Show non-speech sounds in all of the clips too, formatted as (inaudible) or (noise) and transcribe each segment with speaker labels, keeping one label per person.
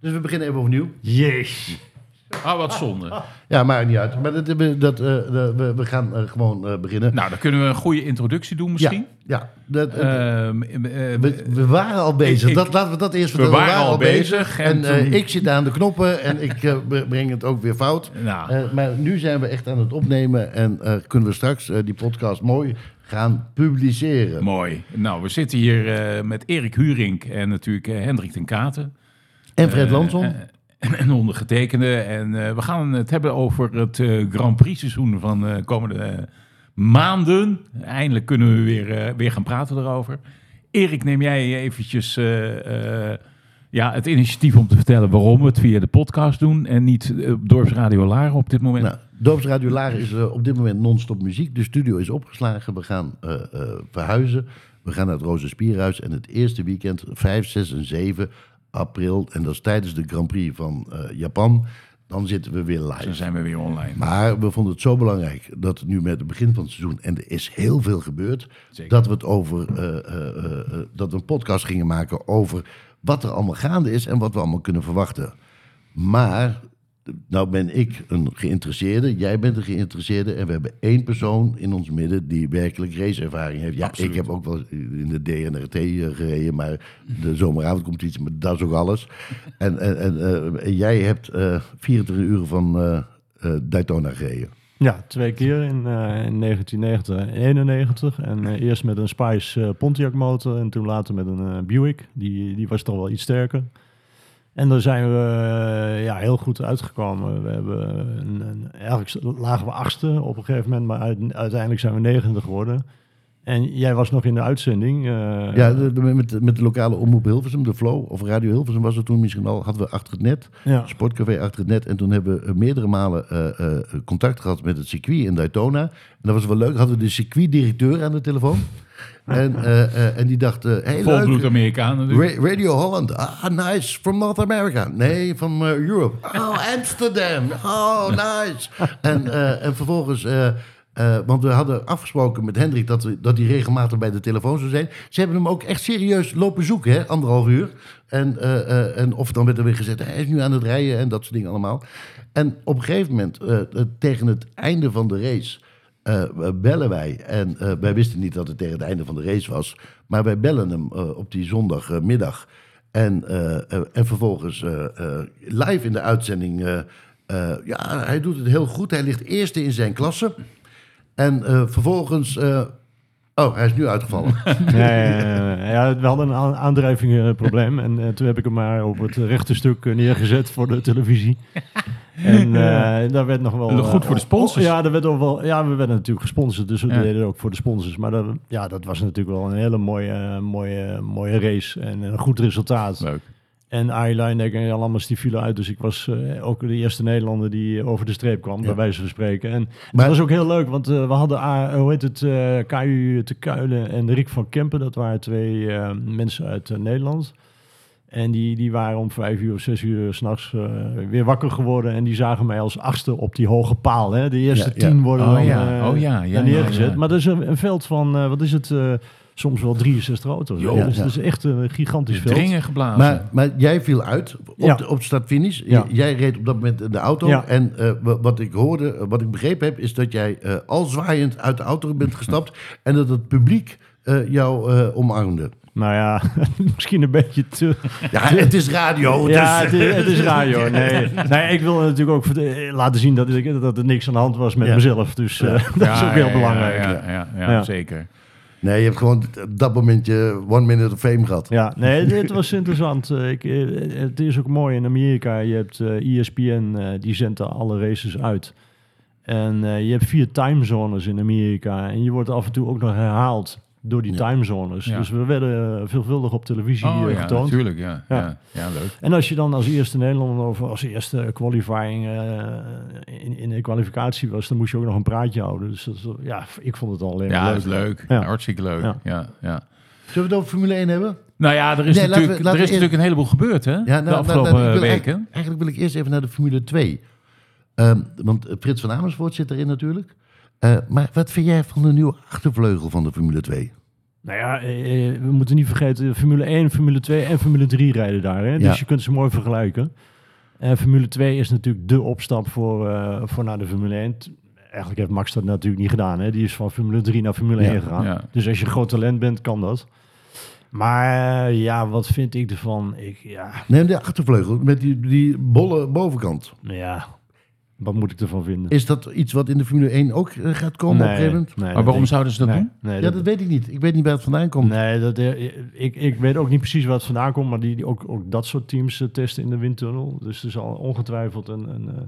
Speaker 1: Dus we beginnen even opnieuw.
Speaker 2: Jees.
Speaker 3: Ah, wat zonde.
Speaker 1: Ja, maakt niet uit. Maar dat, dat, eh, we, we gaan eh, gewoon eh, beginnen.
Speaker 3: Nou, dan kunnen we een goede introductie doen misschien.
Speaker 1: Ja, dat, eh,
Speaker 3: Ehm, eh,
Speaker 1: we, we waren al bezig.
Speaker 3: ik-
Speaker 1: dat, laten we dat eerst
Speaker 3: we waren al bezig en
Speaker 1: En, eh,
Speaker 3: toen-
Speaker 1: ik zit aan de knoppen en ik eh, b- breng het ook weer fout.
Speaker 3: (laughs) nou,
Speaker 1: Eh, maar nu zijn we echt aan het opnemen en eh, kunnen we straks eh, die podcast mooi gaan publiceren.
Speaker 3: mooi. Nou, we zitten hier eh, met Erik Hurink en natuurlijk eh, Hendrik ten Katen.
Speaker 1: en Fred
Speaker 3: Eh,
Speaker 1: Lanson.
Speaker 3: eh, en ondergetekende. En eh, we gaan het hebben over het eh, Grand Prix seizoen van de komende eh, maanden. Eindelijk kunnen we weer, eh, weer gaan praten erover. Erik, neem jij eventjes eh, eh, ja, het initiatief om te vertellen waarom we het via de podcast doen en niet eh, op Dorpsradio Laren op dit moment.
Speaker 1: Nou, Dorpsradio Laren is eh, op dit moment non-stop muziek. De studio is opgeslagen. We gaan eh, eh, verhuizen. We gaan naar het Rozenspierhuis. En het eerste weekend, 5, 6 en 7 april. En dat is tijdens de Grand Prix van eh, Japan. Dan zitten we weer
Speaker 3: dan
Speaker 1: live.
Speaker 3: zijn we weer online.
Speaker 1: Maar we vonden het zo belangrijk dat nu met het begin van het seizoen, en er is heel veel gebeurd,
Speaker 3: Zeker.
Speaker 1: dat we het over eh, eh, eh, eh, dat we een podcast gingen maken over wat er allemaal gaande is en wat we allemaal kunnen verwachten. Maar nou ben ik een geïnteresseerde, jij bent een geïnteresseerde en we hebben één persoon in ons midden die werkelijk raceervaring heeft. Ja,
Speaker 3: Absoluut.
Speaker 1: ik heb ook wel in de DNRT eh, gereden, maar de zomeravondcompetitie, maar dat is ook alles. En, en, en, eh, en jij hebt eh 24 uur van eh, eh, Daytona gereden.
Speaker 2: Ja, twee keer in, eh, in 1990 en 91. En eh, eerst met een Spice eh, Pontiac motor en toen later met een eh, Buick. Die, die was toch wel iets sterker. En daar zijn we eh, ja, heel goed uitgekomen. We hebben een, een- eigenlijk lagen we achtste op een gegeven moment, maar uit- uiteindelijk zijn we negende geworden. En jij was nog in de uitzending. eh,
Speaker 1: Ja, de- de- met, met de lokale omroep Hilversum, de Flow, of Radio Hilversum was het toen misschien al, hadden we achter het net,
Speaker 2: ja.
Speaker 1: sportcafé achter het net. En toen hebben we eh, meerdere malen eh, eh, contact gehad met het circuit in Daytona. En dat was wel leuk, hadden we de circuitdirecteur aan de telefoon. En, eh, eh, en die dacht, eh hey,
Speaker 3: Volbloed
Speaker 1: leuk,
Speaker 3: Amerikaan natuurlijk.
Speaker 1: Ra- Radio Holland, ah, nice, from North America. Nee, van eh, Europe. Oh, Amsterdam, oh, nice. En, eh, en vervolgens, eh, eh, want we hadden afgesproken met Hendrik dat, we, dat hij regelmatig bij de telefoon zou zijn. Ze hebben hem ook echt serieus lopen zoeken, hè, anderhalf uur. En, eh, eh, en of dan werd er weer gezegd, hij is nu aan het rijden en dat soort dingen allemaal. En op een gegeven moment, eh, eh, tegen het einde van de race... Eh, we bellen wij. En eh, wij wisten niet dat het tegen het einde van de race was. Maar wij bellen hem eh, op die zondagmiddag. En, eh, eh, en vervolgens eh, eh, live in de uitzending. eh, eh, ja, hij doet het heel goed. Hij ligt eerste in zijn klasse. En eh, vervolgens. eh, oh, hij is nu uitgevallen.
Speaker 2: Ja, ja, ja,
Speaker 3: (laughs)
Speaker 2: ja. Ja, we hadden een aan- aandrijvingenprobleem. En eh, toen heb ik hem maar op het rechte stuk eh, neergezet voor de
Speaker 3: (laughs)
Speaker 2: televisie. En eh, daar werd nog wel...
Speaker 3: En dat
Speaker 2: eh,
Speaker 3: goed voor de sponsors.
Speaker 2: Ja, daar werd nog wel, ja, we werden natuurlijk gesponsord, dus we
Speaker 3: Ja.
Speaker 2: deden het ook voor de sponsors. Maar dat, ja, dat was natuurlijk wel een hele mooie, eh, mooie, mooie race en een goed resultaat.
Speaker 3: Leuk.
Speaker 2: En Arie Luijendijk en Jan Lammers die vielen uit. Dus ik was eh, ook de eerste Nederlander die eh, over de streep kwam, bij wijze van spreken. En
Speaker 1: Maar-
Speaker 2: dat was ook heel leuk, want eh, we hadden, ah, hoe heet het, eh, KU te Kuilen en Rick van Kempen. Dat waren twee eh, mensen uit eh, Nederland. En die, die waren om vijf uur of zes uur s'nachts nachts eh, weer wakker geworden. En die zagen mij als achtste op die hoge paal. Hè. De eerste
Speaker 1: Ja, ja.
Speaker 2: tien worden
Speaker 3: Oh
Speaker 2: dan
Speaker 3: ja,
Speaker 2: eh,
Speaker 3: oh ja, ja,
Speaker 2: daar neergezet.
Speaker 3: ja, ja.
Speaker 2: Maar dat is een, een veld van, eh, wat is het, eh, soms wel 63 auto's.
Speaker 1: Jo,
Speaker 2: hè. dus
Speaker 1: ja.
Speaker 2: het is echt een gigantisch veld.
Speaker 3: Dringen geblazen.
Speaker 1: Maar, maar jij viel uit op,
Speaker 2: Ja.
Speaker 1: de, op de start-finish.
Speaker 2: Ja.
Speaker 1: J- Jij reed op dat moment de auto.
Speaker 2: Ja.
Speaker 1: En eh, wa- wat ik hoorde, eh, wat ik begrepen heb, is dat jij eh, al zwaaiend uit de auto bent
Speaker 2: (laughs)
Speaker 1: gestapt. en dat het publiek eh, jou eh, omarmde.
Speaker 2: Nou ja, (laughs) misschien een beetje te.
Speaker 1: Ja, het is
Speaker 3: Oh,
Speaker 1: radio.
Speaker 2: ja,
Speaker 1: dus-
Speaker 2: het is, het is raar,
Speaker 1: (laughs)
Speaker 3: (laughs)
Speaker 2: joh. Nee. nee, ik wilde natuurlijk ook verd- laten zien dat, ik, dat er niks aan de hand was met
Speaker 1: Ja.
Speaker 2: mezelf. Dus eh, (laughs) dat is
Speaker 3: Ja,
Speaker 2: ook heel
Speaker 3: ja,
Speaker 2: belangrijk.
Speaker 3: Ja,
Speaker 2: Ja,
Speaker 3: ja, ja, ja,
Speaker 2: Ja.
Speaker 3: zeker.
Speaker 1: Nee, je hebt gewoon op dat moment je one minute of fame gehad.
Speaker 2: nee, het, het was interessant. Eh, Ik, eh, het is ook mooi in Amerika. Je hebt eh ESPN, eh, die zendt daar alle races uit. En eh, je hebt vier timezones in Amerika. En je wordt af en toe ook nog herhaald door die
Speaker 1: Ja.
Speaker 2: timezones.
Speaker 3: Ja.
Speaker 2: Dus we werden eh, veelvuldig op televisie
Speaker 3: Oh
Speaker 2: eh,
Speaker 3: ja,
Speaker 2: getoond.
Speaker 3: natuurlijk. Ja, ja.
Speaker 2: Ja.
Speaker 3: Ja, leuk.
Speaker 2: En als je dan als eerste Nederlander of als eerste qualifying eh, in, in de kwalificatie was, dan moest je ook nog een praatje houden. Dus dat, is- ja, ik vond het al alleen maar
Speaker 3: Ja,
Speaker 2: leuk.
Speaker 3: dat is leuk.
Speaker 2: Ja.
Speaker 3: Hartstikke leuk. Ja.
Speaker 2: Ja.
Speaker 3: Ja,
Speaker 1: Zullen we het over Formule 1 hebben?
Speaker 3: Nou ja, er is,
Speaker 1: Nee, laten we-
Speaker 3: natuurlijk,
Speaker 1: laten
Speaker 3: er
Speaker 1: we
Speaker 3: is
Speaker 1: eerst-
Speaker 3: natuurlijk een heleboel gebeurd hè,
Speaker 1: nou,
Speaker 3: de
Speaker 1: nou,
Speaker 3: afgelopen
Speaker 1: nou, ik wil
Speaker 3: weken.
Speaker 1: eigenlijk- Eigenlijk wil ik eerst even naar de Formule 2. Ehm, want eh, Frits van Amersfoort zit erin natuurlijk. Eh, maar wat vind jij van de nieuwe achtervleugel van de Formule 2?
Speaker 2: Nou ja, eh, eh, we moeten niet vergeten, Formule 1, Formule 2 en Formule 3 rijden daar. Hè? Dus
Speaker 1: Ja.
Speaker 2: je kunt ze mooi vergelijken. En Formule 2 is natuurlijk de opstap voor, eh, voor naar de Formule 1. T- Eigenlijk heeft Max dat natuurlijk niet gedaan. Hè? Die is van Formule 3 naar Formule
Speaker 1: Ja,
Speaker 2: 1 gegaan.
Speaker 3: ja.
Speaker 2: Dus als je een groot talent bent, kan dat. Maar eh, ja, wat vind ik ervan? Ik, ja,
Speaker 1: Neem de achtervleugel met die, die bolle bovenkant.
Speaker 2: ja, wat moet ik ervan vinden?
Speaker 1: Is dat iets wat in de Formule 1 ook eh, gaat komen op een gegeven moment?
Speaker 3: Maar waarom zouden ze dat
Speaker 2: nee,
Speaker 3: doen?
Speaker 2: nee,
Speaker 1: Ja,
Speaker 2: dat-
Speaker 1: dat weet ik niet. Ik weet niet waar het vandaan komt.
Speaker 2: Nee, dat, eh, ik, ik weet ook niet precies waar het vandaan komt, maar die, die ook, ook dat soort teams eh, testen in de windtunnel. Dus er zal ongetwijfeld een. een eh,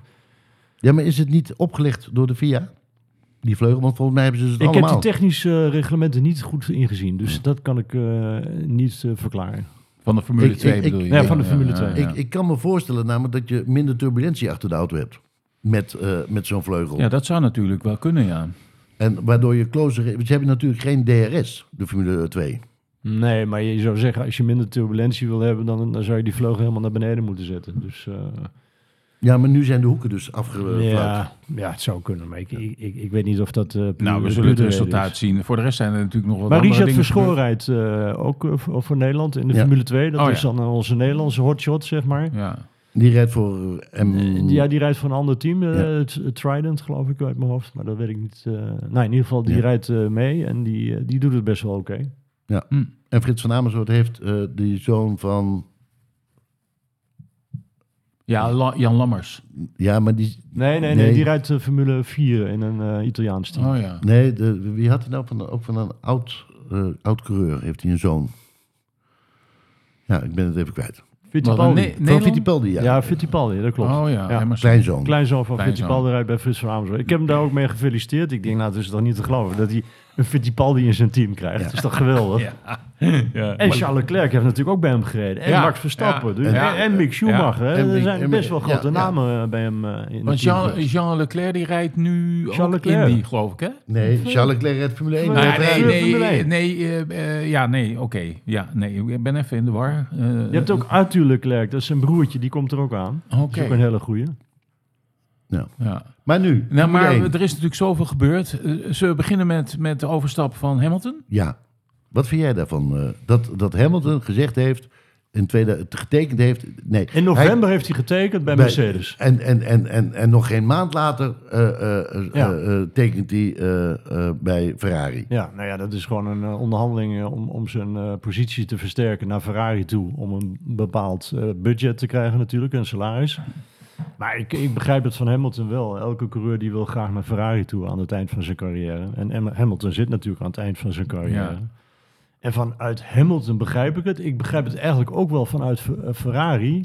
Speaker 1: Ja, maar is het niet opgelegd door de VIA? Die vleugel, want volgens mij hebben ze het
Speaker 2: Ik heb
Speaker 1: allemaal.
Speaker 2: die technische eh, reglementen niet goed ingezien, dus dat kan ik eh, niet eh, verklaren.
Speaker 3: Van de Formule
Speaker 1: Ik- ik-
Speaker 3: 2
Speaker 1: ik-
Speaker 3: bedoel je?
Speaker 2: Ja, van de Formule 2.
Speaker 3: Ja,
Speaker 1: ik, ik kan me voorstellen namelijk dat je minder turbulentie achter de auto hebt. Met, eh, met zo'n vleugel.
Speaker 3: Ja, dat zou natuurlijk wel kunnen, ja.
Speaker 1: En waardoor je closer... Want ze hebben natuurlijk geen DRS, de Formule 2.
Speaker 2: Nee, maar je zou zeggen, als je minder turbulentie wil hebben, dan, dan zou je die vleugel helemaal naar beneden moeten zetten. Dus eh,
Speaker 1: Ja, maar nu zijn de hoeken dus afgevlakt.
Speaker 2: ja, ja, het zou kunnen, maar ik, ik, ik, ik weet niet of dat. eh,
Speaker 3: Nou, we
Speaker 2: puur-
Speaker 3: zullen het
Speaker 2: puur de
Speaker 3: resultaat
Speaker 2: reden is.
Speaker 3: zien. Voor de rest zijn er natuurlijk nog wat
Speaker 2: Maar
Speaker 3: andere
Speaker 2: Richard
Speaker 3: dingen
Speaker 2: Verschoor
Speaker 3: gebeurd.
Speaker 2: rijdt eh, ook eh, voor voor Nederland in de
Speaker 1: Ja.
Speaker 2: Formule 2. Dat
Speaker 3: Oh,
Speaker 2: is
Speaker 3: ja.
Speaker 2: dan eh, onze Nederlandse hotshot, zeg maar.
Speaker 3: Ja.
Speaker 1: Die rijdt voor eh,
Speaker 3: Mm.
Speaker 1: M...
Speaker 2: Ja, die rijdt van een ander team. eh,
Speaker 1: Ja.
Speaker 2: het- het Trident, geloof ik, uit mijn hoofd. Maar dat weet ik niet. eh nou, in ieder geval, die
Speaker 1: Ja.
Speaker 2: rijdt eh, mee en die, eh, die doet het best wel oké.
Speaker 3: Hm.
Speaker 1: En Frits van Amersfoort heeft eh, die zoon van...
Speaker 3: Ja, La- Jan Lammers.
Speaker 1: Ja, maar die...
Speaker 2: Nee, nee, nee,
Speaker 1: Nee.
Speaker 2: Die rijdt eh, Formule 4 in een eh, Italiaans team.
Speaker 3: Oh ja.
Speaker 1: Nee, de, wie had hij nou van, ook van een oud, eh oud coureur? Heeft hij een zoon? Ja, ik ben het even kwijt.
Speaker 2: Fittipaldi.
Speaker 3: Wat een Ne-
Speaker 1: Van
Speaker 3: Nederland?
Speaker 1: Fittipaldi, ja.
Speaker 2: ja, Fittipaldi, dat klopt.
Speaker 3: Oh ja,
Speaker 2: Ja.
Speaker 3: Emerson.
Speaker 1: Kleinzoon.
Speaker 2: Kleinzoon van
Speaker 3: Kleinzoon.
Speaker 2: Fittipaldi rijdt bij Frits van Amersfoort. Ik heb hem daar ook mee gefeliciteerd. Ik denk, nou, het is toch niet te geloven dat hij een Fittipaldi in zijn team krijgt. Dat is toch geweldig?
Speaker 3: Ja. (laughs) ja.
Speaker 2: En Charles Leclerc heeft natuurlijk ook bij hem gereden. En
Speaker 3: Ja.
Speaker 2: Max Verstappen.
Speaker 3: Ja.
Speaker 2: Dus,
Speaker 3: Ja.
Speaker 2: En, en Mick Schumacher. hè.
Speaker 1: En
Speaker 2: er
Speaker 1: Mick-
Speaker 2: zijn
Speaker 1: en
Speaker 2: best wel
Speaker 1: Mick-
Speaker 2: grote
Speaker 1: ja, ja.
Speaker 2: namen eh, bij hem eh, in het team
Speaker 3: Want Jean,
Speaker 2: geweest.
Speaker 3: Jean Leclerc die rijdt nu
Speaker 2: Jean
Speaker 3: ook
Speaker 2: Leclerc.
Speaker 3: Indy, geloof ik, hè?
Speaker 1: Nee, Charles Leclerc rijdt Formule 1.
Speaker 2: Nee,
Speaker 3: Ah,
Speaker 1: Hij
Speaker 3: nee,
Speaker 1: rijdt-
Speaker 3: nee,
Speaker 2: Formule
Speaker 3: nee,
Speaker 2: één.
Speaker 3: eh, eh, ja, nee, oké. Ja, nee, ik ben even in de war. Eh,
Speaker 2: Je hebt ook Arthur Leclerc, dat is zijn broertje, die komt er ook aan.
Speaker 3: Oké.
Speaker 2: Dat is ook een hele goeie.
Speaker 3: Ja.
Speaker 1: Maar nu,
Speaker 3: Nou, maar
Speaker 1: Formule één.
Speaker 3: er is natuurlijk zoveel gebeurd. Eh, Zullen we beginnen met, met de overstap van Hamilton?
Speaker 1: Ja. Wat vind jij daarvan? eh, dat, dat Hamilton gezegd heeft, in tweede, getekend heeft... Nee,
Speaker 2: In november heeft hij getekend bij
Speaker 1: Bij-
Speaker 2: Mercedes.
Speaker 1: En, en, en, en, en nog geen maand later eh, eh, eh,
Speaker 2: Ja.
Speaker 1: eh, tekent hij eh, eh, bij Ferrari.
Speaker 2: Ja, nou ja, dat is gewoon een eh, onderhandeling eh, om, om zijn eh, positie te versterken naar Ferrari toe. Om een bepaald eh, budget te krijgen natuurlijk, een salaris. Maar ik, ik begrijp het van Hamilton wel. Elke coureur die wil graag naar Ferrari toe aan het eind van zijn carrière. En Em- Hamilton zit natuurlijk aan het eind van zijn carrière.
Speaker 3: Ja.
Speaker 2: En vanuit Hamilton begrijp ik het. Ik begrijp het eigenlijk ook wel vanuit Fe- eh, Ferrari.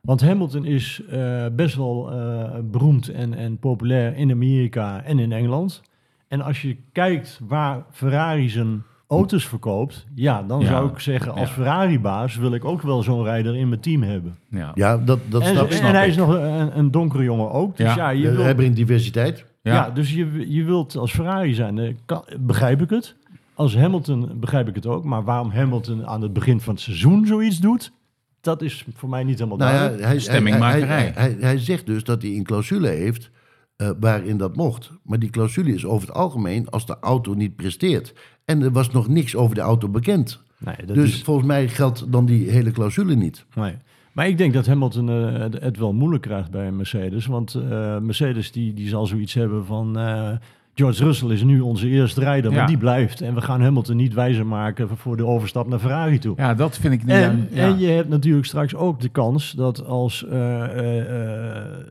Speaker 2: Want Hamilton is eh, best wel eh, beroemd en, en populair in Amerika en in Engeland. En als je kijkt waar Ferrari zijn auto's verkoopt, ja, dan
Speaker 3: Ja.
Speaker 2: zou ik zeggen als
Speaker 3: Ja.
Speaker 2: Ferrari-baas wil ik ook wel zo'n rijder in mijn team hebben.
Speaker 3: Ja.
Speaker 1: Ja, dat, dat
Speaker 2: en
Speaker 1: snap,
Speaker 2: en,
Speaker 1: snap
Speaker 2: en hij
Speaker 1: ik.
Speaker 2: is nog een, een donkere jongen ook. Dus ja,
Speaker 3: Ja.
Speaker 2: je
Speaker 1: Eh,
Speaker 2: wilt-
Speaker 1: we hebben in diversiteit.
Speaker 2: ja. dus je, je wilt als Ferrari zijn. eh, kan- begrijp ik het. Als Hamilton begrijp ik het ook. Maar waarom Hamilton aan het begin van het seizoen zoiets doet, dat is voor mij niet helemaal
Speaker 1: Nou
Speaker 2: duidelijk.
Speaker 1: ja, hij,
Speaker 3: Stemmingmakerij.
Speaker 1: Hij, hij, hij, hij zegt dus dat hij een clausule heeft eh, waarin dat mocht. Maar die clausule is over het algemeen als de auto niet presteert. En er was nog niks over de auto bekend.
Speaker 2: Nee, dat
Speaker 1: dus
Speaker 2: is-
Speaker 1: volgens mij geldt dan die hele clausule niet.
Speaker 2: Nee. Maar ik denk dat Hamilton eh, het- het wel moeilijk krijgt bij Mercedes. Want eh, Mercedes die, die zal zoiets hebben van... eh, George Russell is nu onze eerste rijder, maar
Speaker 3: Ja.
Speaker 2: die blijft. En we gaan Hamilton niet wijzer maken voor de overstap naar Ferrari toe.
Speaker 3: Ja, dat vind ik niet.
Speaker 2: En,
Speaker 3: ja.
Speaker 2: en je hebt natuurlijk straks ook de kans dat als eh, eh, eh,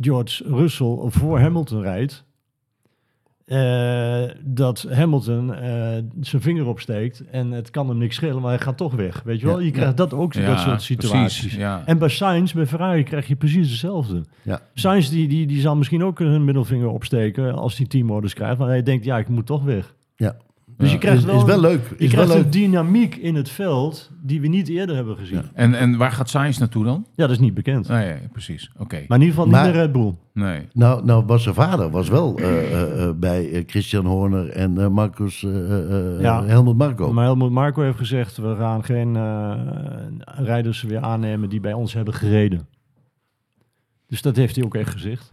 Speaker 2: George Russell voor Hamilton rijdt, eh, dat Hamilton eh, zijn vinger opsteekt en het kan hem niks schelen, maar hij gaat toch weg. Weet je wel,
Speaker 1: Ja,
Speaker 2: je krijgt dat ook,
Speaker 3: Ja,
Speaker 2: dat soort situaties.
Speaker 3: precies, ja.
Speaker 2: En bij Sainz, bij Ferrari, krijg je precies hetzelfde.
Speaker 1: Ja.
Speaker 2: Sainz die, die, die zal misschien ook hun middelvinger opsteken als hij teamorders krijgt, maar hij denkt, ja, ik moet toch weg.
Speaker 1: Ja.
Speaker 2: Dus
Speaker 3: Ja.
Speaker 2: je krijgt
Speaker 1: is,
Speaker 2: wel,
Speaker 1: is wel leuk.
Speaker 2: je
Speaker 1: Is wel
Speaker 2: krijgt een
Speaker 1: leuk.
Speaker 2: dynamiek in het veld die we niet eerder hebben gezien.
Speaker 1: Ja.
Speaker 2: Ja,
Speaker 3: En, en waar gaat Sainz naartoe dan?
Speaker 2: dat is niet bekend.
Speaker 3: Nee, precies. Oké.
Speaker 2: Maar in ieder geval
Speaker 1: Maar-
Speaker 2: niet naar Red Bull.
Speaker 3: Nee.
Speaker 1: Nou, nou was zijn vader was wel eh, eh, eh, bij eh, Christian Horner en eh, Marcus, eh, eh, eh,
Speaker 2: Ja.
Speaker 1: Helmut Marco.
Speaker 2: Maar Helmut Marco heeft gezegd, we gaan geen eh, rijders weer aannemen die bij ons hebben gereden. Dus dat heeft hij ook echt gezegd.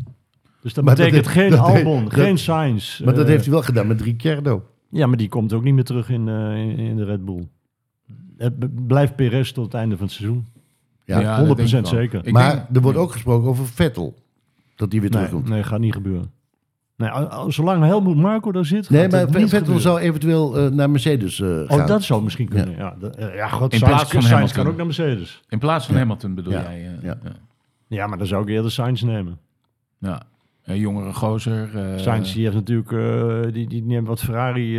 Speaker 2: Dus dat
Speaker 1: Maar dat
Speaker 2: betekent
Speaker 1: heeft-
Speaker 2: geen
Speaker 1: dat heeft-
Speaker 2: Albon,
Speaker 1: dat-
Speaker 2: geen Sainz.
Speaker 1: maar dat
Speaker 2: eh,
Speaker 1: heeft hij wel gedaan met Ricciardo.
Speaker 2: Ja, maar die komt ook niet meer terug in, eh, in, in de Red Bull. Het b- blijft Perez tot het einde van het seizoen.
Speaker 1: Ja,
Speaker 3: dat
Speaker 2: 100%
Speaker 3: denk ik wel.
Speaker 2: zeker.
Speaker 3: Ik
Speaker 1: maar
Speaker 3: denk-
Speaker 1: er wordt ook gesproken over Vettel. Dat die weer
Speaker 2: Nee,
Speaker 1: terugkomt.
Speaker 2: nee, gaat niet gebeuren. Nee, al- al- zolang Helmut Marco daar zit,
Speaker 1: Nee,
Speaker 2: gaat
Speaker 1: maar
Speaker 2: het
Speaker 1: Vettel
Speaker 2: niet gebeuren.
Speaker 1: zou eventueel eh, naar Mercedes eh, gaan.
Speaker 2: Oh, dat zou misschien kunnen. Ja, dat- eh, ja god,
Speaker 3: In
Speaker 2: Sainz,
Speaker 3: plaats van
Speaker 2: Sainz
Speaker 3: Hamilton.
Speaker 2: kan ook naar Mercedes.
Speaker 3: In plaats van Hamilton bedoel
Speaker 1: Ja.
Speaker 3: jij? eh,
Speaker 1: Ja.
Speaker 3: ja.
Speaker 2: Ja, maar dan zou ik eerder Sainz nemen.
Speaker 3: Ja. Een jongere gozer. eh,
Speaker 2: Sainz die heeft natuurlijk eh, die, die neemt wat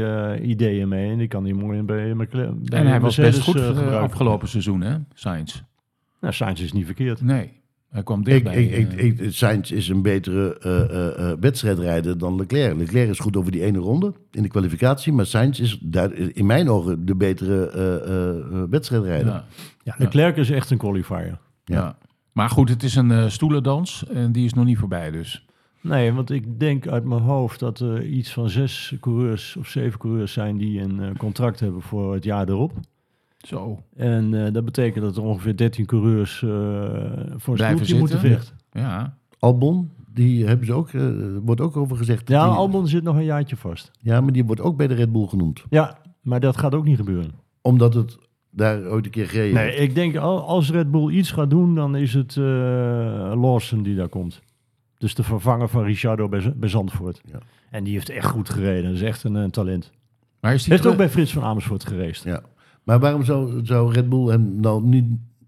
Speaker 2: Ferrari-ideeën mee. En die kan die mooi bij, McLaren- bij
Speaker 3: en hij was
Speaker 2: Mercedes,
Speaker 3: best goed
Speaker 2: eh,
Speaker 3: eh,
Speaker 2: gebruiken.
Speaker 3: afgelopen seizoen, hè? Sainz.
Speaker 2: Nou, Sainz is niet verkeerd.
Speaker 3: Nee, hij kwam
Speaker 1: Ik,
Speaker 3: dichtbij.
Speaker 1: ik, ik,
Speaker 3: eh.
Speaker 1: ik- Sainz is een betere eh, eh, eh, wedstrijdrijder dan Leclerc. Leclerc is goed over die ene ronde in de kwalificatie. Maar Sainz is duid- in mijn ogen de betere eh, eh, eh, wedstrijdrijder.
Speaker 3: ja.
Speaker 2: Ja, Leclerc is echt een qualifier.
Speaker 1: Ja.
Speaker 3: Ja. Maar goed, het is een eh, stoelendans en die is nog niet voorbij dus.
Speaker 2: Nee, want ik denk uit mijn hoofd dat er iets van zes coureurs of zeven coureurs zijn die een eh, contract hebben voor het jaar erop.
Speaker 3: Zo.
Speaker 2: En eh, dat betekent dat er ongeveer 13 coureurs eh, voor een
Speaker 3: Blijven
Speaker 2: stoeltje moeten
Speaker 3: zitten.
Speaker 2: vechten.
Speaker 3: Ja.
Speaker 1: Albon, die hebben ze ook, eh, wordt ook over gezegd.
Speaker 2: Ja,
Speaker 1: Die-
Speaker 2: Albon zit nog een jaartje vast.
Speaker 1: ja, maar die wordt ook bij de Red Bull genoemd.
Speaker 2: Ja, maar dat gaat ook niet gebeuren.
Speaker 1: Omdat het daar ooit een keer gereden
Speaker 2: Nee,
Speaker 1: heeft.
Speaker 2: ik denk al- als Red Bull iets gaat doen, dan is het eh, Lawson die daar komt. Dus de vervanger van Ricciardo bij, Z- bij Zandvoort.
Speaker 1: Ja.
Speaker 2: En die heeft echt goed gereden. Dat is echt een, eh, talent.
Speaker 3: Maar is die
Speaker 2: Heeft ook
Speaker 3: terug-
Speaker 2: bij Frits van Amersfoort gereisd.
Speaker 1: Ja. Maar waarom zou, zou Red Bull hem nou niet,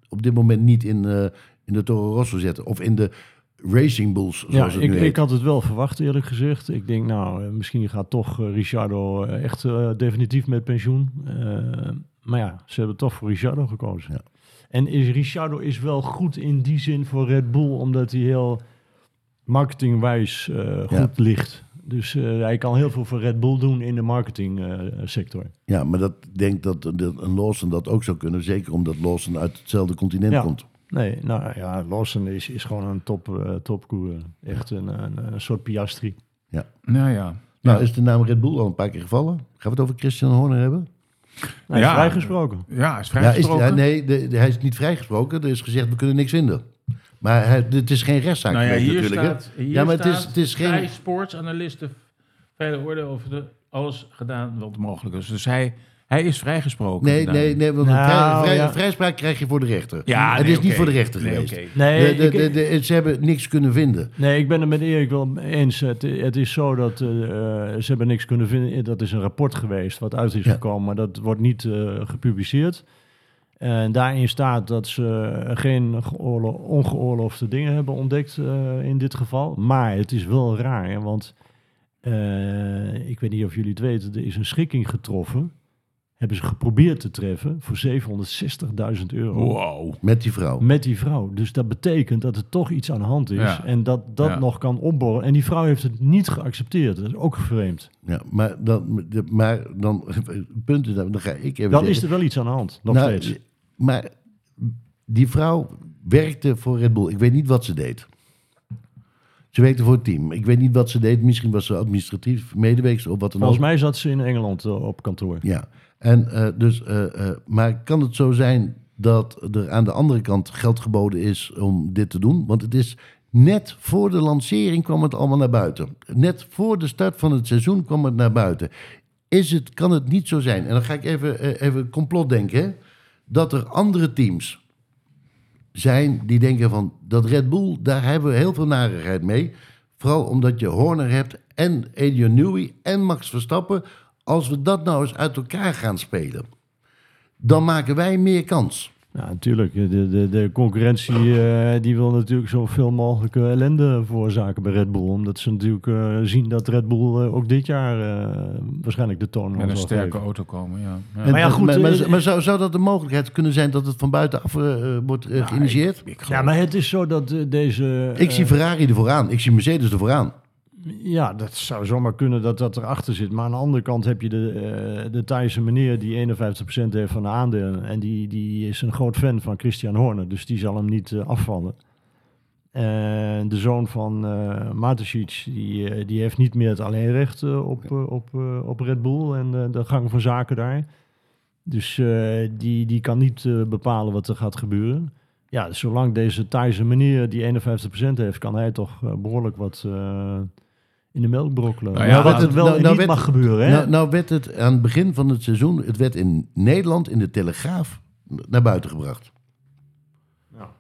Speaker 1: op dit moment niet in, eh, in de Toro Rosso zetten? Of in de Racing Bulls, zoals
Speaker 2: Ja,
Speaker 1: het
Speaker 2: ik,
Speaker 1: nu
Speaker 2: ik
Speaker 1: heet.
Speaker 2: had het wel verwacht eerlijk gezegd. Ik denk nou, eh, misschien gaat toch eh, Ricciardo eh, echt eh, definitief met pensioen. Eh, maar ja, ze hebben toch voor Ricciardo gekozen.
Speaker 1: Ja.
Speaker 2: En is, Ricciardo is wel goed in die zin voor Red Bull, omdat hij heel marketingwijs eh, goed
Speaker 1: Ja.
Speaker 2: ligt. Dus eh, hij kan heel veel voor Red Bull doen in de eh, marketingsector.
Speaker 1: Ja, maar dat ik denk dat dat een Lawson dat ook zou kunnen. Zeker omdat Lawson uit hetzelfde continent
Speaker 2: Ja.
Speaker 1: komt.
Speaker 2: nee, nou ja, Lawson is, is gewoon een top, eh, topcoureur. Echt een, een, een soort piastri.
Speaker 3: Nou ja.
Speaker 1: Nou,
Speaker 3: ja.
Speaker 1: is de naam Red Bull al een paar keer gevallen? Gaan we het over Christian Horner hebben?
Speaker 2: Hij is
Speaker 3: Ja.
Speaker 2: vrijgesproken.
Speaker 3: Ja, is
Speaker 1: Ja, is,
Speaker 3: vrijgesproken.
Speaker 1: ja, nee, de- de- hij is niet vrijgesproken. Er is gezegd, we kunnen niks vinden. Maar hij, het is geen rechtszaak
Speaker 3: Nou ja,
Speaker 1: geweest
Speaker 3: hier
Speaker 1: natuurlijk. hè?
Speaker 3: staat, hier
Speaker 1: Ja, maar het
Speaker 3: staat
Speaker 1: is- het is geen-
Speaker 3: bij sportsanalisten vele oordeel over de, alles gedaan wat mogelijk is. Dus hij, hij is vrijgesproken.
Speaker 1: Nee,
Speaker 3: daarin.
Speaker 1: nee, nee, want
Speaker 2: Nou,
Speaker 1: vrij, vrij-
Speaker 2: ja.
Speaker 1: vrijspraak krijg je voor de rechter.
Speaker 3: Ja,
Speaker 1: het
Speaker 3: nee,
Speaker 1: is niet
Speaker 3: oké.
Speaker 1: voor de rechter
Speaker 3: Nee,
Speaker 1: geweest.
Speaker 3: oké.
Speaker 2: Nee,
Speaker 1: De- de-
Speaker 2: ik-
Speaker 1: de- de- ze hebben niks kunnen vinden.
Speaker 2: Nee, ik ben het met Erik wel eens. Het, het is zo dat eh, eh, ze hebben niks kunnen vinden. Eh, Dat is een rapport geweest wat uit is
Speaker 1: Ja.
Speaker 2: gekomen, maar dat wordt niet eh, gepubliceerd. En daarin staat dat ze geen geoorlo- ongeoorloofde dingen hebben ontdekt eh, in dit geval. Maar het is wel raar, hè, want eh, ik weet niet of jullie het weten, er is een schikking getroffen. Hebben ze geprobeerd te treffen voor 760.000 euro
Speaker 3: Wow.
Speaker 1: Met die vrouw.
Speaker 2: met die vrouw. Dus dat betekent dat er toch iets aan de hand is.
Speaker 3: Ja.
Speaker 2: En dat dat
Speaker 3: Ja.
Speaker 2: nog kan opborrelen. En die vrouw heeft het niet geaccepteerd. Dat is ook vreemd.
Speaker 1: Ja, maar dan, de- maar dan (laughs) het punt is, dan ga ik even
Speaker 2: Dan
Speaker 1: zeggen.
Speaker 2: is er wel iets aan de hand. Nog
Speaker 1: Nou,
Speaker 2: steeds.
Speaker 1: Maar die vrouw werkte voor Red Bull. Ik weet niet wat ze deed. Ze werkte voor het team. Ik weet niet wat ze deed. Misschien was ze administratief medewerker of wat dan ook.
Speaker 2: Volgens mij zat ze in Engeland eh, op kantoor.
Speaker 1: Ja, en eh, dus, eh, eh, maar kan het zo zijn dat er aan de andere kant geld geboden is om dit te doen? Want het is net voor de lancering kwam het allemaal naar buiten. Net voor de start van het seizoen kwam het naar buiten. Is het, kan het niet zo zijn, en dan ga ik even, eh, even complot denken, hè, dat er andere teams zijn die denken van dat Red Bull, daar hebben we heel veel narigheid mee. Vooral omdat je Horner hebt en Adrian Newey en Max Verstappen. Als we dat nou eens uit elkaar gaan spelen, dan maken wij meer kans.
Speaker 2: Ja, natuurlijk. De, de, de concurrentie eh, die wil natuurlijk zoveel mogelijk eh, ellende veroorzaken bij Red Bull. Omdat ze natuurlijk eh, zien dat Red Bull eh, ook dit jaar eh, waarschijnlijk de toon
Speaker 3: Met
Speaker 2: zal
Speaker 3: een sterke
Speaker 2: geven.
Speaker 3: auto komen, ja. ja.
Speaker 1: En-
Speaker 2: Maar ja, goed,
Speaker 1: Maar, maar-
Speaker 2: eh,
Speaker 1: maar zou, zou dat de mogelijkheid kunnen zijn dat het van buitenaf eh, eh, wordt eh, geïnitieerd? Ik,
Speaker 3: Ik geloof-
Speaker 2: Ja, maar het is zo dat eh, deze... eh,
Speaker 1: zie Ferrari ervoor aan. Ik zie Mercedes ervoor aan.
Speaker 2: Ja, dat zou zomaar kunnen dat dat erachter zit. Maar aan de andere kant heb je de, eh de Thaise meneer die 51% heeft van de aandelen. En die, die is een groot fan van Christian Horner, dus die zal hem niet eh, afvallen. En Eh, de zoon van eh Mateschitz, die, eh, die heeft niet meer het alleenrecht eh, op, eh, op, eh, op Red Bull en eh, de gang van zaken daar. Dus eh, die, die kan niet eh, bepalen wat er gaat gebeuren. Ja, dus zolang deze Thaise meneer die 51% heeft, kan hij toch eh, behoorlijk wat... eh, in de melk brokkelen.
Speaker 3: Nou ja,
Speaker 2: Maar wat
Speaker 3: nou,
Speaker 2: het wel
Speaker 1: nou,
Speaker 2: en
Speaker 1: nou
Speaker 2: niet
Speaker 1: werd-
Speaker 2: mag gebeuren. Hè?
Speaker 1: Nou, nou werd het aan het begin van het seizoen, het werd in Nederland in de Telegraaf naar buiten gebracht.
Speaker 2: Ja.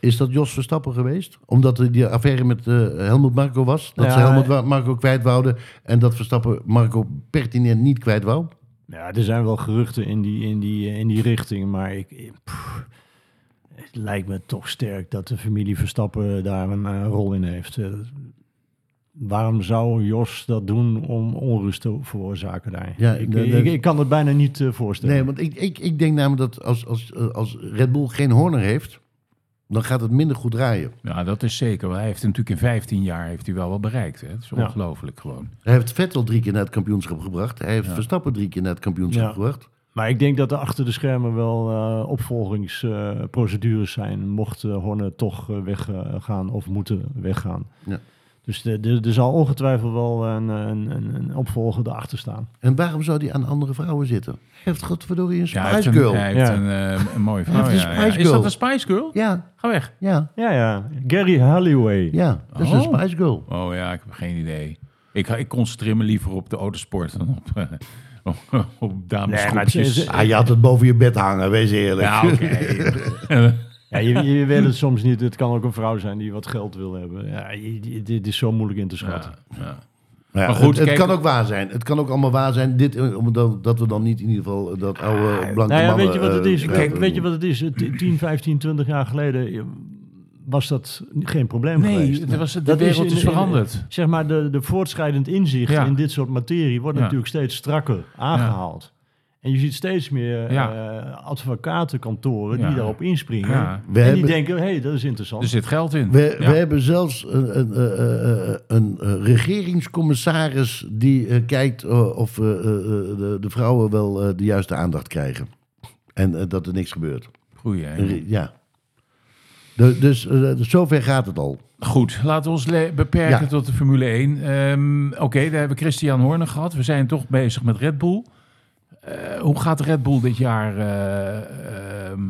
Speaker 1: Is dat Jos Verstappen geweest? Omdat er die affaire met eh, Helmut Marco was? Dat ze
Speaker 2: Ja,
Speaker 1: Helmut Wa- Marco kwijt wouden en dat Verstappen Marco pertinent niet kwijt wou?
Speaker 2: Ja, er zijn wel geruchten in die, in die, in die richting, maar ik, ik- pff, het lijkt me toch sterk dat de familie Verstappen daar een eh, rol in heeft. Eh, waarom zou Jos dat doen om onrust te veroorzaken daar?
Speaker 1: Ja,
Speaker 2: ik,
Speaker 1: dat-
Speaker 2: ik,
Speaker 1: dat-
Speaker 2: ik kan het bijna niet eh, voorstellen.
Speaker 1: Nee, want ik, ik, ik denk namelijk dat als, als, eh, als Red Bull geen Horner heeft, dan gaat het minder goed draaien.
Speaker 3: Ja, dat is zeker. Want Hij heeft natuurlijk in 15 jaar heeft hij wel wat bereikt. Hè? Het is
Speaker 2: Ja.
Speaker 3: ongelooflijk gewoon.
Speaker 1: Hij heeft Vettel drie keer naar het kampioenschap gebracht. Hij heeft
Speaker 3: Ja.
Speaker 1: Verstappen drie keer naar het kampioenschap
Speaker 2: Ja.
Speaker 1: gebracht.
Speaker 2: Maar ik denk dat er achter de schermen wel eh, opvolgingsprocedures zijn, mocht eh, Horner toch weggaan of moeten weggaan.
Speaker 1: Ja.
Speaker 2: Dus de- de- er zal ongetwijfeld wel een, een, een, een opvolger erachter staan.
Speaker 1: En waarom zou hij aan andere vrouwen zitten? Hij heeft godverdorie een
Speaker 3: Ja,
Speaker 1: Spice
Speaker 3: hij heeft een,
Speaker 1: Girl.
Speaker 3: Hij heeft
Speaker 2: Ja.
Speaker 3: een, eh, een mooie vrouw.
Speaker 1: Hij heeft
Speaker 3: ja,
Speaker 1: een
Speaker 3: ja.
Speaker 1: Spice
Speaker 3: Is dat
Speaker 1: Girl.
Speaker 3: een Spice Girl?
Speaker 1: Ja,
Speaker 3: Ga weg.
Speaker 1: ja,
Speaker 2: Ja, ja. Gary Halliway.
Speaker 1: ja. Dat is een
Speaker 3: Oh.
Speaker 1: Spice Girl.
Speaker 3: Oh ja, ik heb geen idee. Ik, ik concentreer me liever op de autosport dan op, eh, (laughs) op, op dameskoepjes.
Speaker 2: het is-
Speaker 1: Ah, je had het boven je bed hangen, wees eerlijk.
Speaker 3: ja, oké.
Speaker 2: Ja, je, je weet het soms niet. Het kan ook een vrouw zijn die wat geld wil hebben. Ja, je- je- dit is zo moeilijk in te schatten.
Speaker 3: Ja, ja.
Speaker 1: Ja,
Speaker 3: Maar goed,
Speaker 1: het, het
Speaker 3: kijk-
Speaker 1: kan ook waar zijn. Het kan ook allemaal waar zijn. Dit, eh, omdat dat we dan niet in ieder geval eh, dat oude blanke
Speaker 2: Nou ja,
Speaker 1: mannen...
Speaker 2: weet je wat het
Speaker 1: eh,
Speaker 2: is?
Speaker 1: ja,
Speaker 2: Kijk,
Speaker 1: eh,
Speaker 2: weet je
Speaker 3: mm.
Speaker 2: wat het is? Eh, 10, 15, 20 jaar geleden eh, was dat geen probleem
Speaker 3: Nee,
Speaker 2: geweest.
Speaker 3: het was, de
Speaker 2: Dat is
Speaker 3: wereld
Speaker 2: in-
Speaker 3: is
Speaker 2: in-
Speaker 3: veranderd.
Speaker 2: Zeg maar, de, de voortschrijdend inzicht
Speaker 3: Ja.
Speaker 2: in dit soort materie wordt
Speaker 3: Ja.
Speaker 2: natuurlijk steeds strakker aangehaald. En je ziet steeds meer
Speaker 3: Ja.
Speaker 2: eh, advocatenkantoren
Speaker 3: Ja.
Speaker 2: die daarop inspringen.
Speaker 3: Ja. Dus
Speaker 1: We
Speaker 2: en
Speaker 1: hebben-
Speaker 2: die denken, hé, hey, dat is interessant.
Speaker 3: Er zit geld in.
Speaker 1: We,
Speaker 3: Ja.
Speaker 1: we hebben zelfs een, een, eh, eh, een, eh, regeringscommissaris die eh, kijkt eh, of eh, eh, de, de vrouwen wel eh, de juiste aandacht krijgen. En eh, dat er niks gebeurt.
Speaker 3: Goeie, hè?
Speaker 1: Een re- Ja. De- dus eh, zover gaat het al.
Speaker 3: Goed, laten we ons le- beperken
Speaker 1: Ja.
Speaker 3: tot de Formule 1. Ehm, Oké, daar hebben we Christian Horner gehad. We zijn toch bezig met Red Bull. Eh, hoe gaat Red Bull dit jaar? eh, ehm,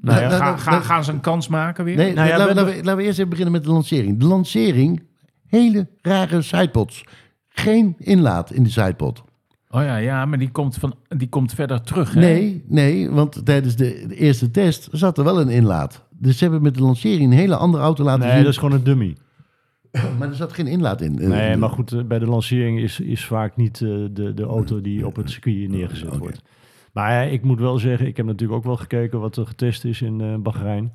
Speaker 2: Nou
Speaker 1: ja,
Speaker 3: ga-
Speaker 1: nou,
Speaker 3: ga-
Speaker 1: nou,
Speaker 3: gaan ze een kans maken weer?
Speaker 1: Nee,
Speaker 2: Nou ja,
Speaker 1: laten, we,
Speaker 2: we-
Speaker 1: laten, we, laten we eerst even beginnen met de lancering. De lancering, hele rare sidepods. Geen inlaat in de sidepod.
Speaker 3: Oh ja, ja maar die komt, van, die komt verder terug. Hè?
Speaker 1: Nee, nee, want tijdens de, de eerste test zat er wel een inlaat. Dus ze hebben met de lancering een hele andere auto laten
Speaker 2: nee,
Speaker 1: zien.
Speaker 2: dat is gewoon een dummy.
Speaker 1: Maar er zat geen inlaat in.
Speaker 2: Nee, maar goed, eh, bij de lancering is, is vaak niet eh, de, de auto die op het circuit neergezet
Speaker 1: Oké.
Speaker 2: wordt. Maar eh, ik moet wel zeggen, ik heb natuurlijk ook wel gekeken wat er getest is in eh, Bahrein.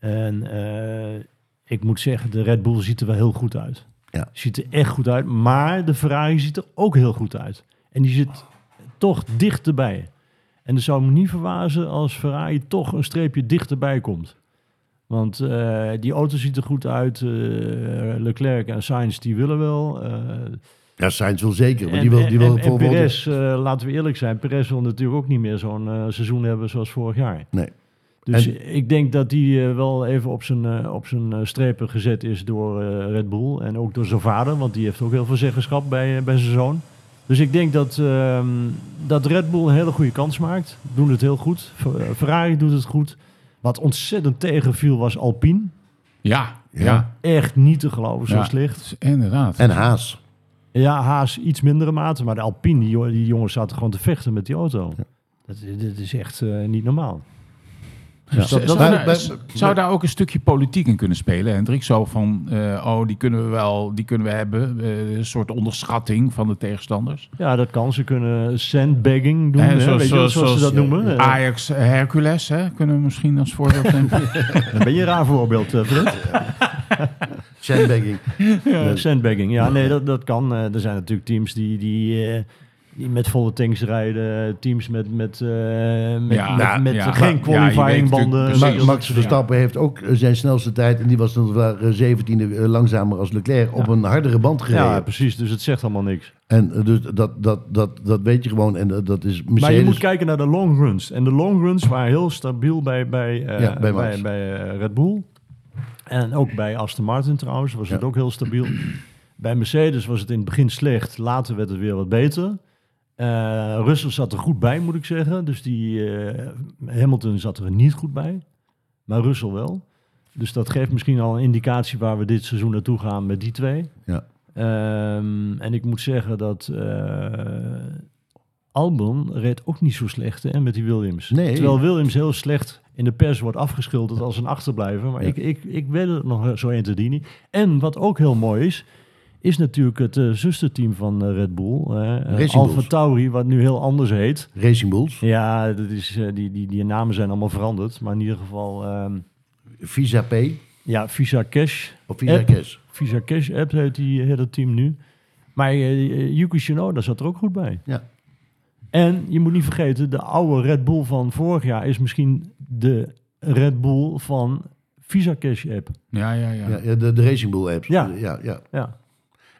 Speaker 2: En eh, ik moet zeggen, de Red Bull ziet er wel heel goed uit.
Speaker 1: Ja.
Speaker 2: Ziet er echt goed uit, maar de Ferrari ziet er ook heel goed uit. En die zit toch dichterbij. En het zou me niet verbazen als Ferrari toch een streepje dichterbij komt. Want eh, die auto ziet er goed uit. eh, Leclerc en Sainz, die willen wel. eh,
Speaker 1: Ja, Sainz wil zeker. Want
Speaker 2: en-
Speaker 1: die wil, die
Speaker 2: en-
Speaker 1: wil
Speaker 2: en
Speaker 1: voor worden-
Speaker 2: Perez, eh, laten we eerlijk zijn, Perez wil natuurlijk ook niet meer zo'n eh, seizoen hebben zoals vorig jaar.
Speaker 1: Nee.
Speaker 2: Dus ik denk dat die eh, wel even op zijn, eh, op zijn eh, strepen gezet is door eh, Red Bull. En ook door zijn vader, want die heeft ook heel veel zeggenschap bij, eh, bij zijn zoon. Dus ik denk dat, ehm, dat Red Bull een hele goede kans maakt. Doen het heel goed. Fer- eh, Ferrari doet het goed. Wat ontzettend tegenviel was Alpine.
Speaker 3: Ja, ja.
Speaker 1: Ja.
Speaker 2: Echt niet te geloven, zo
Speaker 3: Ja.
Speaker 2: slecht.
Speaker 3: inderdaad.
Speaker 1: En Haas.
Speaker 2: Ja, Haas iets mindere mate. Maar de Alpine, die, jo- die jongens zaten gewoon te vechten met die auto. Dat, dat is echt eh, niet normaal.
Speaker 3: Dus
Speaker 1: Ja.
Speaker 3: dat- zou,
Speaker 1: Maar-
Speaker 3: daar,
Speaker 1: maar-
Speaker 3: z- zou daar ook een stukje politiek in kunnen spelen, Hendrik? Zo van, eh, oh, die kunnen we wel, die kunnen we hebben. eh, een soort onderschatting van de tegenstanders.
Speaker 2: Ja, dat kan. Ze kunnen sandbagging doen,
Speaker 3: Hè,
Speaker 2: hè,
Speaker 3: zoals-
Speaker 2: weet je, wel,
Speaker 3: zoals-
Speaker 2: zoals ze dat
Speaker 3: zoals-
Speaker 2: noemen. Eh,
Speaker 3: Ajax eh, Hercules, hè? Kunnen we misschien als
Speaker 2: (laughs)
Speaker 3: voorbeeld nemen?
Speaker 2: Eh, ben je een raar voorbeeld, eh,
Speaker 3: (laughs)
Speaker 2: Fred? (laughs)
Speaker 1: Sandbagging.
Speaker 2: Eh, sandbagging, ja, nee, dat, dat kan. Eh, er zijn natuurlijk teams die, die, eh, die met volle tanks rijden. Teams met, met, eh, met,
Speaker 3: Ja,
Speaker 2: met,
Speaker 1: ja,
Speaker 2: met
Speaker 3: ja.
Speaker 2: geen
Speaker 3: Maar- ja, je weet natuurlijk
Speaker 2: qualifying banden.
Speaker 1: Ma-
Speaker 3: precies.
Speaker 2: Maar- maar-
Speaker 1: Max Verstappen heeft ook eh, zijn snelste tijd. En die was nog wel eh, 17e langzamer als Leclerc. Op een hardere band gereden.
Speaker 2: ja, precies. Dus het zegt allemaal niks.
Speaker 1: En eh, dus dat, dat, dat, dat weet je gewoon. En eh, dat is Mercedes.
Speaker 2: Maar je moet kijken naar de long runs. En de long runs waren heel stabiel bij, bij, eh,
Speaker 1: Ja, bij
Speaker 2: bij,
Speaker 1: Max.
Speaker 2: bij, eh, Red Bull. En ook bij Aston Martin trouwens was het
Speaker 1: Ja.
Speaker 2: ook heel stabiel. Bij Mercedes was het in het begin slecht. Later werd het weer wat beter. Eh Russell zat er goed bij, moet ik zeggen. Dus die, eh, Hamilton zat er niet goed bij. Maar Russell wel. Dus dat geeft misschien al een indicatie waar we dit seizoen naartoe gaan met die twee.
Speaker 1: Ja.
Speaker 2: Ehm, en ik moet zeggen dat eh, Albon reed ook niet zo slecht hè, met die Williams.
Speaker 1: Nee.
Speaker 2: Terwijl Williams heel slecht in de pers wordt afgeschilderd als een achterblijver. Maar
Speaker 1: Ja.
Speaker 2: ik, ik, ik weet het nog eh, zo 1 te dien niet. En wat ook heel mooi is, is natuurlijk het eh, zusterteam van eh, Red Bull. eh, eh
Speaker 1: Racing
Speaker 2: Alfa
Speaker 1: Bulls.
Speaker 2: Tauri, wat nu heel anders heet.
Speaker 1: Racing Bulls,
Speaker 2: Ja, dat is, eh, die, die, die namen zijn allemaal veranderd. Maar in ieder geval, ehm,
Speaker 1: Visa P
Speaker 2: ja, Visa Cash.
Speaker 1: of Visa
Speaker 2: Eh.
Speaker 1: Cash.
Speaker 2: Visa Cash App heet, die, eh, heet het team nu. Maar eh, Yuki Tsunoda zat er ook goed bij.
Speaker 1: Ja.
Speaker 2: En je moet niet vergeten, de oude Red Bull van vorig jaar is misschien de Red Bull van Visa Cash App.
Speaker 3: Ja, ja, ja.
Speaker 1: Ja, ja, de, de Racing Bull apps.
Speaker 2: Ja.
Speaker 1: ja, ja.
Speaker 2: Ja,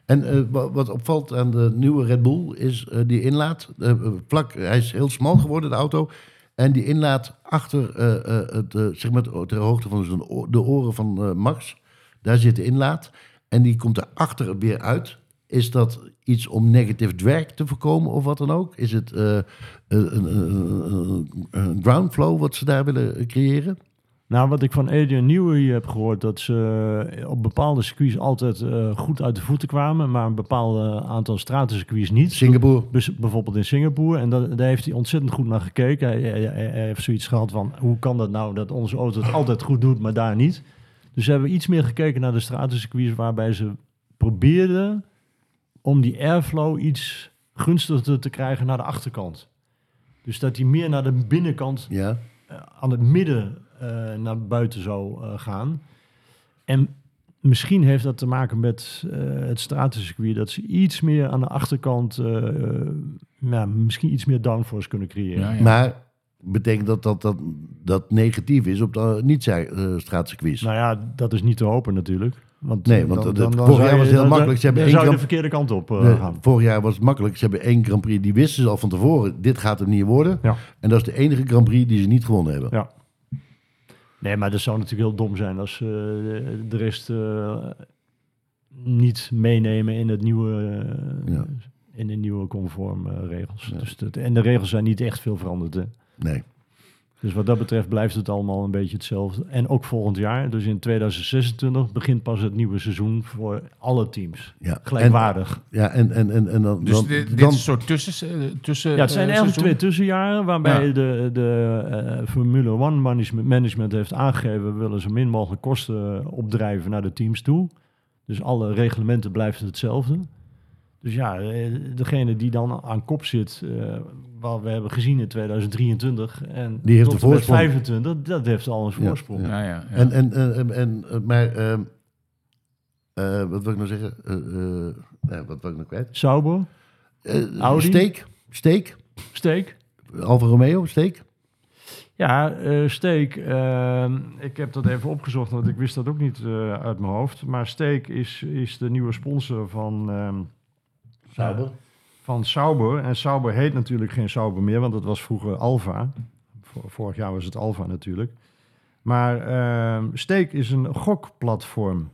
Speaker 1: En eh, wa- wat opvalt aan de nieuwe Red Bull is eh, die inlaat. eh, vlak, hij is heel smal geworden, de auto. En die inlaat achter, eh, eh, het, eh, zeg maar, ter hoogte van zijn o- de oren van eh, Max. Daar zit de inlaat. En die komt daarachter weer uit. Is dat iets om negatief drag te voorkomen of wat dan ook? Is het eh, een, een- een- een ground flow wat ze daar willen creëren?
Speaker 2: Nou, wat ik van Adrian Newey heb gehoord, dat ze eh, op bepaalde circuits altijd eh, goed uit de voeten kwamen, maar een bepaald eh, aantal stratencircuits niet.
Speaker 1: Singapore.
Speaker 2: Dus bijvoorbeeld in Singapore. En dat, daar heeft hij ontzettend goed naar gekeken. Hij, hij- hij- hij heeft zoiets gehad van, hoe kan dat nou dat onze auto het altijd goed doet, maar daar niet? Dus ze hebben iets meer gekeken naar de stratencircuits waarbij ze probeerden om die airflow iets gunstiger te krijgen naar de achterkant. Dus dat die meer naar de binnenkant
Speaker 1: Ja.
Speaker 2: eh, aan het midden eh, naar buiten zou eh, gaan. En misschien heeft dat te maken met eh, het stratencircuit. Dat ze iets meer aan de achterkant, eh, eh, nou, misschien iets meer downforce kunnen creëren.
Speaker 3: Ja, ja.
Speaker 1: Maar betekent dat dat, dat dat negatief is op de eh, niet-straatcircuits?
Speaker 2: Nou ja, dat is niet te hopen natuurlijk. Want,
Speaker 1: Nee, want dat- vorig
Speaker 2: zou
Speaker 1: jaar
Speaker 2: je-
Speaker 1: was het heel
Speaker 2: dan-
Speaker 1: makkelijk. Ze
Speaker 2: Dan,
Speaker 1: hebben
Speaker 2: dan
Speaker 1: één
Speaker 2: zou je de
Speaker 1: kamp-
Speaker 2: verkeerde kant op eh,
Speaker 1: Nee,
Speaker 2: gaan.
Speaker 1: vorig jaar was het makkelijk. Ze hebben één Grand Prix. Die wisten ze al van tevoren. Dit gaat hem niet worden.
Speaker 2: Ja.
Speaker 1: En dat is de enige Grand Prix die ze niet gewonnen hebben.
Speaker 2: Ja. Nee, maar dat zou natuurlijk heel dom zijn als eh, de rest eh, niet meenemen in het nieuwe, eh,
Speaker 1: Ja.
Speaker 2: in de nieuwe conformregels. Dus dat, en de regels zijn niet echt veel veranderd. Hè?
Speaker 1: Nee.
Speaker 2: Dus wat dat betreft blijft het allemaal een beetje hetzelfde. En ook volgend jaar, dus in 2026, begint pas het nieuwe seizoen voor alle teams.
Speaker 1: Ja.
Speaker 2: Gelijkwaardig.
Speaker 1: En, ja, en, en, en, en dan...
Speaker 3: Dus
Speaker 1: dan,
Speaker 3: dit, dit
Speaker 1: dan-
Speaker 3: is een soort tussen... eh, tussen
Speaker 2: Ja, het zijn
Speaker 3: eh,
Speaker 2: eigenlijk twee
Speaker 3: seizoen.
Speaker 2: tussenjaren waarbij
Speaker 3: Ja.
Speaker 2: de, de eh, Formule One management, management heeft aangegeven... we willen zo min mogelijk kosten opdrijven naar de teams toe. Dus alle reglementen blijven hetzelfde. Dus ja, eh, degene die dan aan kop zit, eh wat we hebben gezien in 2023... en
Speaker 1: Die heeft
Speaker 2: tot
Speaker 1: een
Speaker 2: en met
Speaker 1: voorsprong.
Speaker 2: 25, dat heeft al een voorsprong.
Speaker 1: ja.
Speaker 3: Ja, ja, ja.
Speaker 1: en, en, en, en, en- maar... ehm, eh, wat wil ik nou zeggen? Eh, eh, nou, wat wil ik nou kwijt?
Speaker 2: Sauber,
Speaker 1: Eh,
Speaker 2: Audi?
Speaker 1: Steek. Steek.
Speaker 2: Steek.
Speaker 1: Alfa Romeo, steek.
Speaker 2: Ja, eh, Steek. ehm, ik heb dat even opgezocht, want ik wist dat ook niet eh, uit mijn hoofd. Maar Steek is, is de nieuwe sponsor van, ehm,
Speaker 1: Sauber.
Speaker 2: van Sauber. En Sauber heet natuurlijk geen Sauber meer, want dat was vroeger Alfa. Vor- Vorig jaar was het Alfa natuurlijk. Maar ehm, Steek is een gokplatform.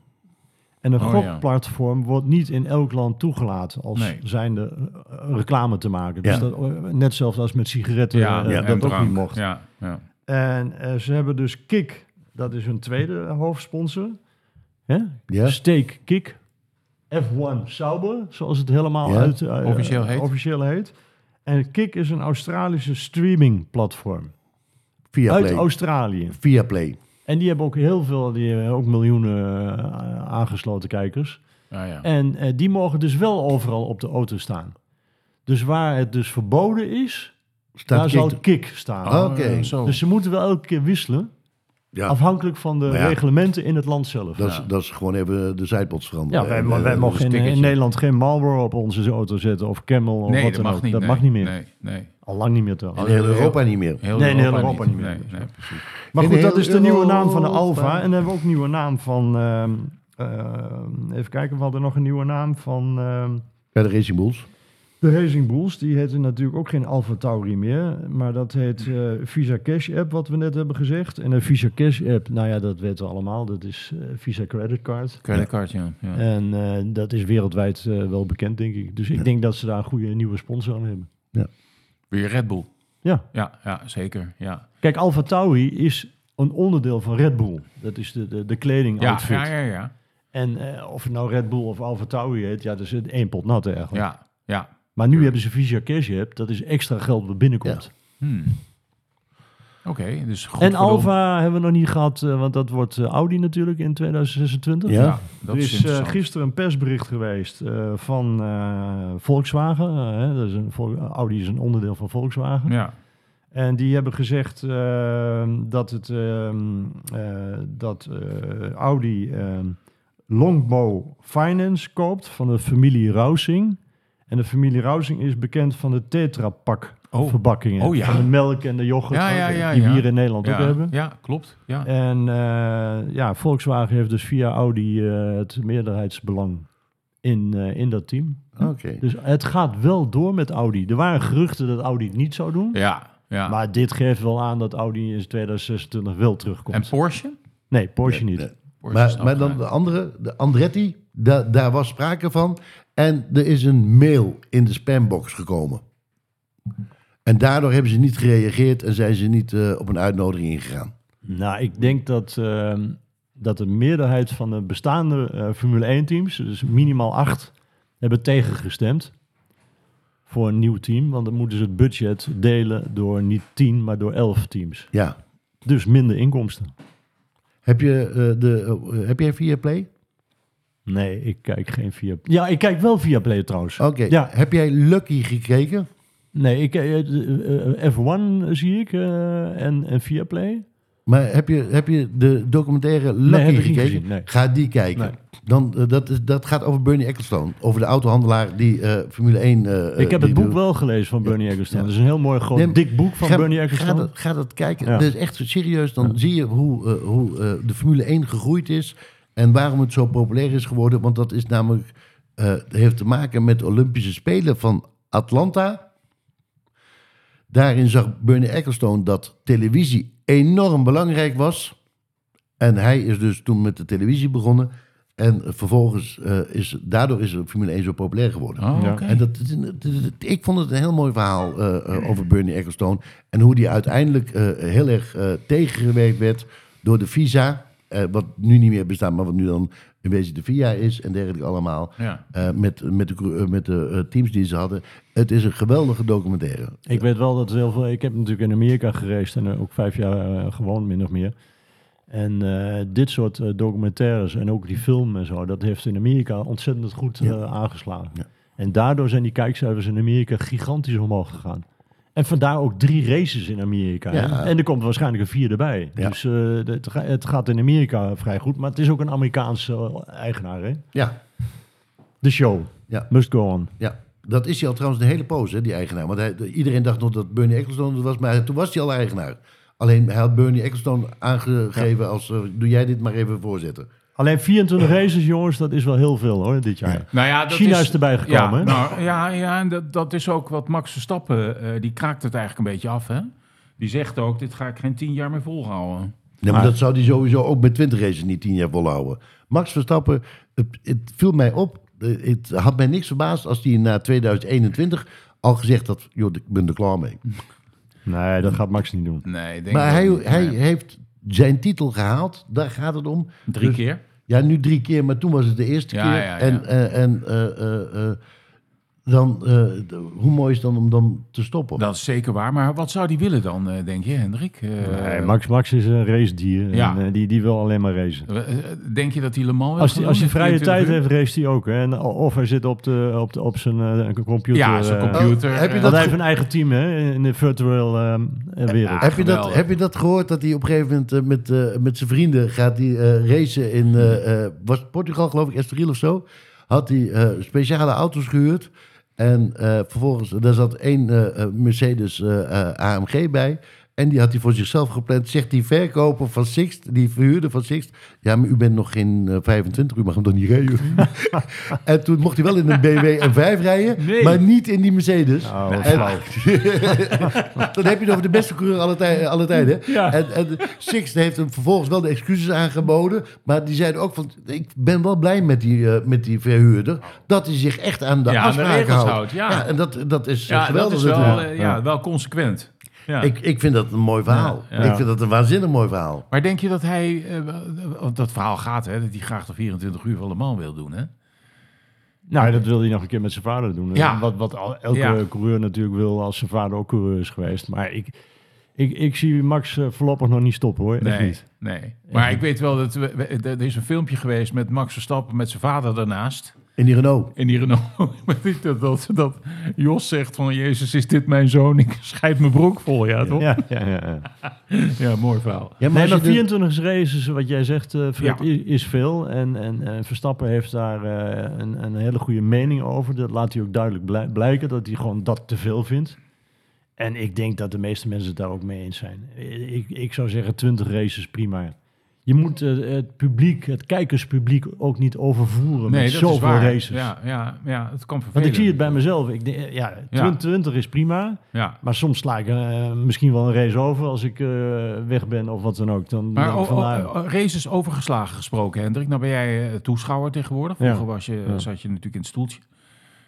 Speaker 2: En een
Speaker 3: Oh, ja.
Speaker 2: gokplatform wordt niet in elk land toegelaten als
Speaker 3: Nee.
Speaker 2: zijnde eh, reclame te maken. Dus
Speaker 1: Ja.
Speaker 2: dat, net zelfs als met sigaretten
Speaker 3: Ja,
Speaker 2: eh,
Speaker 3: en
Speaker 2: dat ook
Speaker 3: drank.
Speaker 2: niet mocht.
Speaker 3: Ja, ja.
Speaker 2: En eh, ze hebben dus Kik, dat is hun tweede hoofdsponsor. Hè?
Speaker 1: Ja.
Speaker 2: Steak Kik. F1 Sauber, zoals het helemaal
Speaker 1: Ja,
Speaker 2: uit, eh,
Speaker 3: officieel
Speaker 2: eh,
Speaker 3: heet.
Speaker 2: officieel heet. En Kik is een Australische streamingplatform
Speaker 1: Via
Speaker 2: uit
Speaker 1: Play.
Speaker 2: Australië.
Speaker 1: Via Play.
Speaker 2: En die hebben ook heel veel, die hebben ook miljoenen eh, aangesloten kijkers.
Speaker 3: Ah, ja.
Speaker 2: En eh, die mogen dus wel overal op de auto staan. Dus waar het dus verboden is, daar
Speaker 1: Staat
Speaker 2: zal
Speaker 1: Kik-
Speaker 2: Kik staan.
Speaker 1: Oh, oké.
Speaker 3: eh, zo.
Speaker 2: Dus ze moeten wel elke keer wisselen.
Speaker 1: Ja.
Speaker 2: Afhankelijk van de
Speaker 1: Maar ja.
Speaker 2: reglementen in het land zelf.
Speaker 1: Dat, is, dat is gewoon even de zijpots veranderen.
Speaker 2: ja, wij,
Speaker 1: En,
Speaker 2: wij,
Speaker 1: eh,
Speaker 2: mogen in,
Speaker 3: stickertje.
Speaker 2: in Nederland geen Marlboro op onze auto zetten of Camel of
Speaker 3: nee,
Speaker 2: wat
Speaker 3: dat
Speaker 2: dan
Speaker 3: mag
Speaker 2: ook.
Speaker 3: niet.
Speaker 2: dat
Speaker 3: nee,
Speaker 2: mag niet meer.
Speaker 3: Nee, nee.
Speaker 2: Al lang niet meer te
Speaker 1: In heel Europa niet meer.
Speaker 3: Heel
Speaker 2: Nee, in heel Europa niet
Speaker 3: Nee,
Speaker 2: meer.
Speaker 3: nee, precies.
Speaker 2: Maar
Speaker 1: In
Speaker 2: goed,
Speaker 1: heel
Speaker 2: dat is de nieuwe naam van de
Speaker 1: Europa.
Speaker 2: Alfa. En dan hebben we ook een nieuwe naam van... ehm, ehm, even kijken, we hadden nog een nieuwe naam van... ehm,
Speaker 1: Bij de Racing Bulls.
Speaker 2: de Racing Bulls, die heette natuurlijk ook geen Alfa Tauri meer. Maar dat heet eh, Visa Cash App, wat we net hebben gezegd. En een Visa Cash App, nou ja, dat weten we allemaal. Dat is eh, Visa Creditcard.
Speaker 3: Creditcard, ja. ja.
Speaker 2: En eh, dat is wereldwijd eh, wel bekend, denk ik. Dus ik denk dat ze daar een goede nieuwe sponsor aan hebben.
Speaker 3: Weer Red Bull.
Speaker 2: Ja.
Speaker 3: Ja, ja zeker. Ja.
Speaker 2: Kijk, Alfa Tauri is een onderdeel van Red Bull. Dat is de, de, de kleding
Speaker 3: Ja,
Speaker 2: outfit.
Speaker 3: ja, ja, ja.
Speaker 2: En eh, of het nou Red Bull of Alfa Tauri heet, ja, dat is het één pot nat eigenlijk.
Speaker 3: ja, ja.
Speaker 2: Maar nu hebben ze Visa Cash App, dat is extra geld wat binnenkomt.
Speaker 3: Hmm. Oké, dus goed
Speaker 2: en
Speaker 3: voor de-
Speaker 2: Alfa hebben we nog niet gehad, eh, want dat wordt eh, Audi natuurlijk in 2026.
Speaker 1: Ja.
Speaker 3: Ja, dat
Speaker 2: er
Speaker 3: is,
Speaker 2: is eh,
Speaker 3: interessant.
Speaker 2: gisteren een persbericht geweest eh, van eh, Volkswagen. eh, hè, dat is een, Vol- Audi is een onderdeel van Volkswagen.
Speaker 3: Ja,
Speaker 2: En die hebben gezegd ehm, dat, het, ehm, eh, dat eh, Audi ehm, Longbow Finance koopt van de familie Rousing. En de familie Rousing is bekend van de Tetra-pak
Speaker 3: Oh.
Speaker 2: verpakkingen.
Speaker 3: Oh ja.
Speaker 2: Van de melk en de yoghurt eh,
Speaker 3: Ja, ja, ja,
Speaker 2: die we
Speaker 3: ja.
Speaker 2: hier in Nederland ook
Speaker 3: ja,
Speaker 2: hebben.
Speaker 3: ja klopt. Ja.
Speaker 2: En eh, ja, Volkswagen heeft dus via Audi eh, het meerderheidsbelang in, eh, in dat team.
Speaker 1: Oké.
Speaker 2: Dus het gaat wel door met Audi. Er waren geruchten dat Audi het niet zou doen.
Speaker 3: Ja, ja.
Speaker 2: Maar dit geeft wel aan dat Audi in 2026 wel terugkomt.
Speaker 3: en Porsche?
Speaker 2: nee, Porsche niet.
Speaker 1: Nee.
Speaker 3: Porsche
Speaker 1: Maar,
Speaker 3: snapt
Speaker 1: maar dan
Speaker 3: mij.
Speaker 1: de andere, de Andretti, da- daar was sprake van. En er is een mail in de spambox gekomen. En daardoor hebben ze niet gereageerd en zijn ze niet eh, op een uitnodiging ingegaan.
Speaker 2: Nou, ik denk dat, ehm, dat de meerderheid van de bestaande eh, Formule 1-teams, dus minimaal acht, hebben tegengestemd voor een nieuw team. Want dan moeten ze het budget delen door niet 10, maar door 11 teams.
Speaker 1: Ja.
Speaker 2: Dus minder inkomsten.
Speaker 1: Heb je eh, de, eh, heb jij via Play?
Speaker 2: Nee, ik kijk geen via. Ja, ik kijk wel via Play trouwens.
Speaker 1: Oké.
Speaker 2: Ja.
Speaker 1: Heb jij Lucky gekeken?
Speaker 2: Nee, ik, eh, eh, eh, F1 zie ik eh, en, en via Play.
Speaker 1: Maar heb je, heb je de documentaire Lucky
Speaker 2: heb ik niet
Speaker 1: gekeken?
Speaker 2: gezien, nee.
Speaker 1: Ga die kijken.
Speaker 2: Nee.
Speaker 1: Dan, eh, dat, is, dat gaat over Bernie Ecclestone. Over de autohandelaar die eh, Formule 1... eh,
Speaker 2: Ik heb
Speaker 1: die
Speaker 2: het boek
Speaker 1: doet.
Speaker 2: wel gelezen van Bernie Ecclestone.
Speaker 1: Ja.
Speaker 2: Dat is een heel mooi, groot,
Speaker 1: Nee, maar
Speaker 2: dik boek van
Speaker 1: ga,
Speaker 2: Bernie
Speaker 1: Ga
Speaker 2: Ecclestone.
Speaker 1: dat, ga dat kijken.
Speaker 2: Ja.
Speaker 1: Dat is echt serieus. Dan zie je hoe, eh, hoe eh, de Formule 1 gegroeid is. En waarom het zo populair is geworden. Want dat is namelijk, eh, heeft te maken met de Olympische Spelen van Atlanta. Daarin zag Bernie Ecclestone dat televisie enorm belangrijk was. En hij is dus toen met de televisie begonnen. En vervolgens eh, is daardoor is de Formule 1 zo populair geworden.
Speaker 3: Oh,
Speaker 2: Ja.
Speaker 3: oké.
Speaker 1: En dat, dat- dat- ik vond het een heel mooi verhaal eh, eh, over Bernie Ecclestone. En hoe die uiteindelijk eh, heel erg eh, tegengewerkt werd door de visa. eh, wat nu niet meer bestaat, maar wat nu dan in wezen de VIA is en dergelijke allemaal.
Speaker 3: Ja.
Speaker 1: eh, met, met de, cru- eh, met de eh, teams die ze hadden. Het is een geweldige documentaire.
Speaker 2: Ik weet wel dat heel veel... Ik heb natuurlijk in Amerika gereisd en er ook vijf jaar eh, gewoond, min of meer. En eh, dit soort eh, documentaires en ook die film en zo... dat heeft in Amerika ontzettend goed eh, aangeslagen.
Speaker 1: Ja.
Speaker 2: En daardoor zijn die kijkcijfers in Amerika gigantisch omhoog gegaan. En vandaar ook drie races in Amerika.
Speaker 1: Ja.
Speaker 2: hè? En er komt waarschijnlijk een vierde bij.
Speaker 1: Ja.
Speaker 2: Dus eh, het, ga- het gaat in Amerika vrij goed. Maar het is ook een Amerikaanse eh, eigenaar, hè?
Speaker 1: Ja,
Speaker 2: De show.
Speaker 1: Ja.
Speaker 2: Must go on.
Speaker 1: ja. Dat is hij al trouwens de hele poos, hè, die eigenaar. Want hij, iedereen dacht nog dat Bernie Ecclestone het was, maar hij- toen was hij al eigenaar. Alleen hij had Bernie Ecclestone aangegeven als... eh, doe jij dit maar even voorzetten.
Speaker 3: (laughs)
Speaker 2: Alleen 24 races, jongens, dat is wel heel veel hoor, dit jaar.
Speaker 3: Nou ja, dat
Speaker 2: China is erbij gekomen,
Speaker 3: Ja,
Speaker 2: hè?
Speaker 3: nou, ja, ja en dat, dat is ook wat Max Verstappen, eh, die kraakt het eigenlijk een beetje af. Hè? Die zegt ook, dit ga ik geen tien jaar meer volhouden.
Speaker 1: Ja, maar
Speaker 2: Maar-
Speaker 1: dat zou hij sowieso ook met 20 races niet 10 jaar volhouden. Max Verstappen, het, het viel mij op. eh, Het had mij niks verbaasd als hij na 2021 al gezegd had: joh, ik ben er klaar mee.
Speaker 2: Nee, dat gaat Max niet doen.
Speaker 3: Nee, ik denk
Speaker 1: maar
Speaker 3: dat
Speaker 1: hij,
Speaker 3: niet.
Speaker 1: hij
Speaker 3: Nee.
Speaker 1: heeft zijn titel gehaald, daar gaat het om.
Speaker 3: Drie
Speaker 1: Dus-
Speaker 3: keer.
Speaker 1: Ja, nu drie keer, maar toen was het de eerste
Speaker 3: Ja,
Speaker 1: keer.
Speaker 3: ja, ja.
Speaker 1: En, eh, en eh, eh, eh, dan, eh, d- hoe mooi is het dan om dan te stoppen?
Speaker 3: Dat is zeker waar. Maar wat zou die willen dan, eh, denk je, Hendrik? Eh,
Speaker 2: Nee, Max, Max is een racedier.
Speaker 3: Ja.
Speaker 2: En, eh, die, die wil alleen maar racen.
Speaker 3: eh, eh, Denk je dat hij Le Mans wil
Speaker 2: Als hij
Speaker 3: gaan
Speaker 2: als die
Speaker 3: doen in
Speaker 2: vrije tijd
Speaker 3: 24 uur?
Speaker 2: heeft, race hij ook. Hè? En, eh, of hij zit op, de, op, de, op zijn eh, computer.
Speaker 3: Ja, zo'n
Speaker 2: eh,
Speaker 3: computer.
Speaker 1: Oh, heb je
Speaker 3: eh,
Speaker 2: want
Speaker 1: dat-
Speaker 2: hij heeft een eigen team hè, in de virtual ehm, eh, wereld.
Speaker 1: heb, je dat,
Speaker 3: geweldig.
Speaker 1: heb je dat gehoord dat hij op een gegeven moment eh, met, eh, met zijn vrienden gaat die eh, racen in eh, eh, was het Portugal geloof ik, Estoril of zo? Had hij eh, speciale auto's gehuurd en eh, vervolgens daar zat één eh, eh, Mercedes eh, eh, AMG bij en die had hij voor zichzelf gepland. Zegt die verkoper van Sixt, die verhuurder van Sixt, ja maar u bent nog geen eh, 25, u mag hem dan niet rijden. en toen mocht hij wel in een BMW M5 rijden,
Speaker 3: (laughs) Nee.
Speaker 1: maar niet in die Mercedes.
Speaker 2: Oh, wat
Speaker 1: En-
Speaker 2: flauw.
Speaker 1: (laughs) dan heb je het over de beste coureur alle tijden. Alle tijden. hè?
Speaker 2: Ja.
Speaker 1: En, en Six heeft hem vervolgens wel de excuses aangeboden. Maar die zeiden ook van... Ik ben wel blij met die, eh, met die verhuurder. Dat hij zich echt aan de
Speaker 3: Ja, aan de
Speaker 1: afspraken
Speaker 3: regels
Speaker 1: houdt.
Speaker 3: houdt, ja.
Speaker 1: en dat, dat is eh,
Speaker 3: ja, dat
Speaker 1: geweldig.
Speaker 3: is wel,
Speaker 1: natuurlijk.
Speaker 3: eh, ja, wel consequent. Ja.
Speaker 1: Ik, ik vind dat een mooi verhaal.
Speaker 3: Ja, ja.
Speaker 1: Ik vind dat een waanzinnig mooi verhaal.
Speaker 3: Maar denk je dat hij, eh, want dat verhaal gaat, hè, dat hij graag de 24 uur van de man wil doen, hè?
Speaker 2: Nou, dat wilde hij nog een keer met zijn vader doen.
Speaker 3: Ja.
Speaker 2: Wat, wat al- elke
Speaker 3: Ja.
Speaker 2: coureur natuurlijk wil als zijn vader ook coureur is geweest. Maar ik, ik, ik zie Max eh, voorlopig nog niet stoppen hoor. Echt
Speaker 3: Nee,
Speaker 2: niet.
Speaker 3: nee. Maar ik weet wel dat we- we- er is een filmpje geweest met Max Verstappen met zijn vader daarnaast.
Speaker 1: In die Renault.
Speaker 3: In die Renault. Maar niet (laughs) dat, dat, dat Jos zegt van, Jezus, is dit mijn zoon? Ik scheid mijn broek vol, ja toch? Ja,
Speaker 2: Ja, ja, ja, ja.
Speaker 3: mooi verhaal.
Speaker 1: Ja,
Speaker 2: Nee,
Speaker 1: als
Speaker 2: maar
Speaker 1: je de-
Speaker 2: 24 races, wat jij zegt, eh, Fred,
Speaker 3: Ja.
Speaker 2: i- is veel. En, en, eh, Verstappen heeft daar eh, een, een hele goede mening over. Dat laat hij ook duidelijk blij- blijken, dat hij gewoon dat te veel vindt. En ik denk dat de meeste mensen het daar ook mee eens zijn. Eh, Ik, ik zou zeggen 20 races, prima. Je moet eh, het publiek, het kijkerspubliek ook niet overvoeren
Speaker 3: Nee,
Speaker 2: met
Speaker 3: dat is
Speaker 2: zoveel
Speaker 3: waar.
Speaker 2: races.
Speaker 3: Ja, ja, ja, het kan vervelend.
Speaker 2: Want ik zie het bij mezelf. Ik denk, eh, ja,
Speaker 3: Ja.
Speaker 2: 20 is prima.
Speaker 3: Ja.
Speaker 2: Maar soms sla ik eh, misschien wel een race over als ik eh, weg ben of wat dan ook. Dan,
Speaker 3: Maar
Speaker 2: dan
Speaker 3: o- o-
Speaker 2: Nou, vandaar-
Speaker 3: o- races overgeslagen gesproken, Hendrik. Nou ben jij eh, toeschouwer tegenwoordig.
Speaker 2: Ja.
Speaker 3: Vroeger was je,
Speaker 2: Ja.
Speaker 3: zat je natuurlijk in het stoeltje.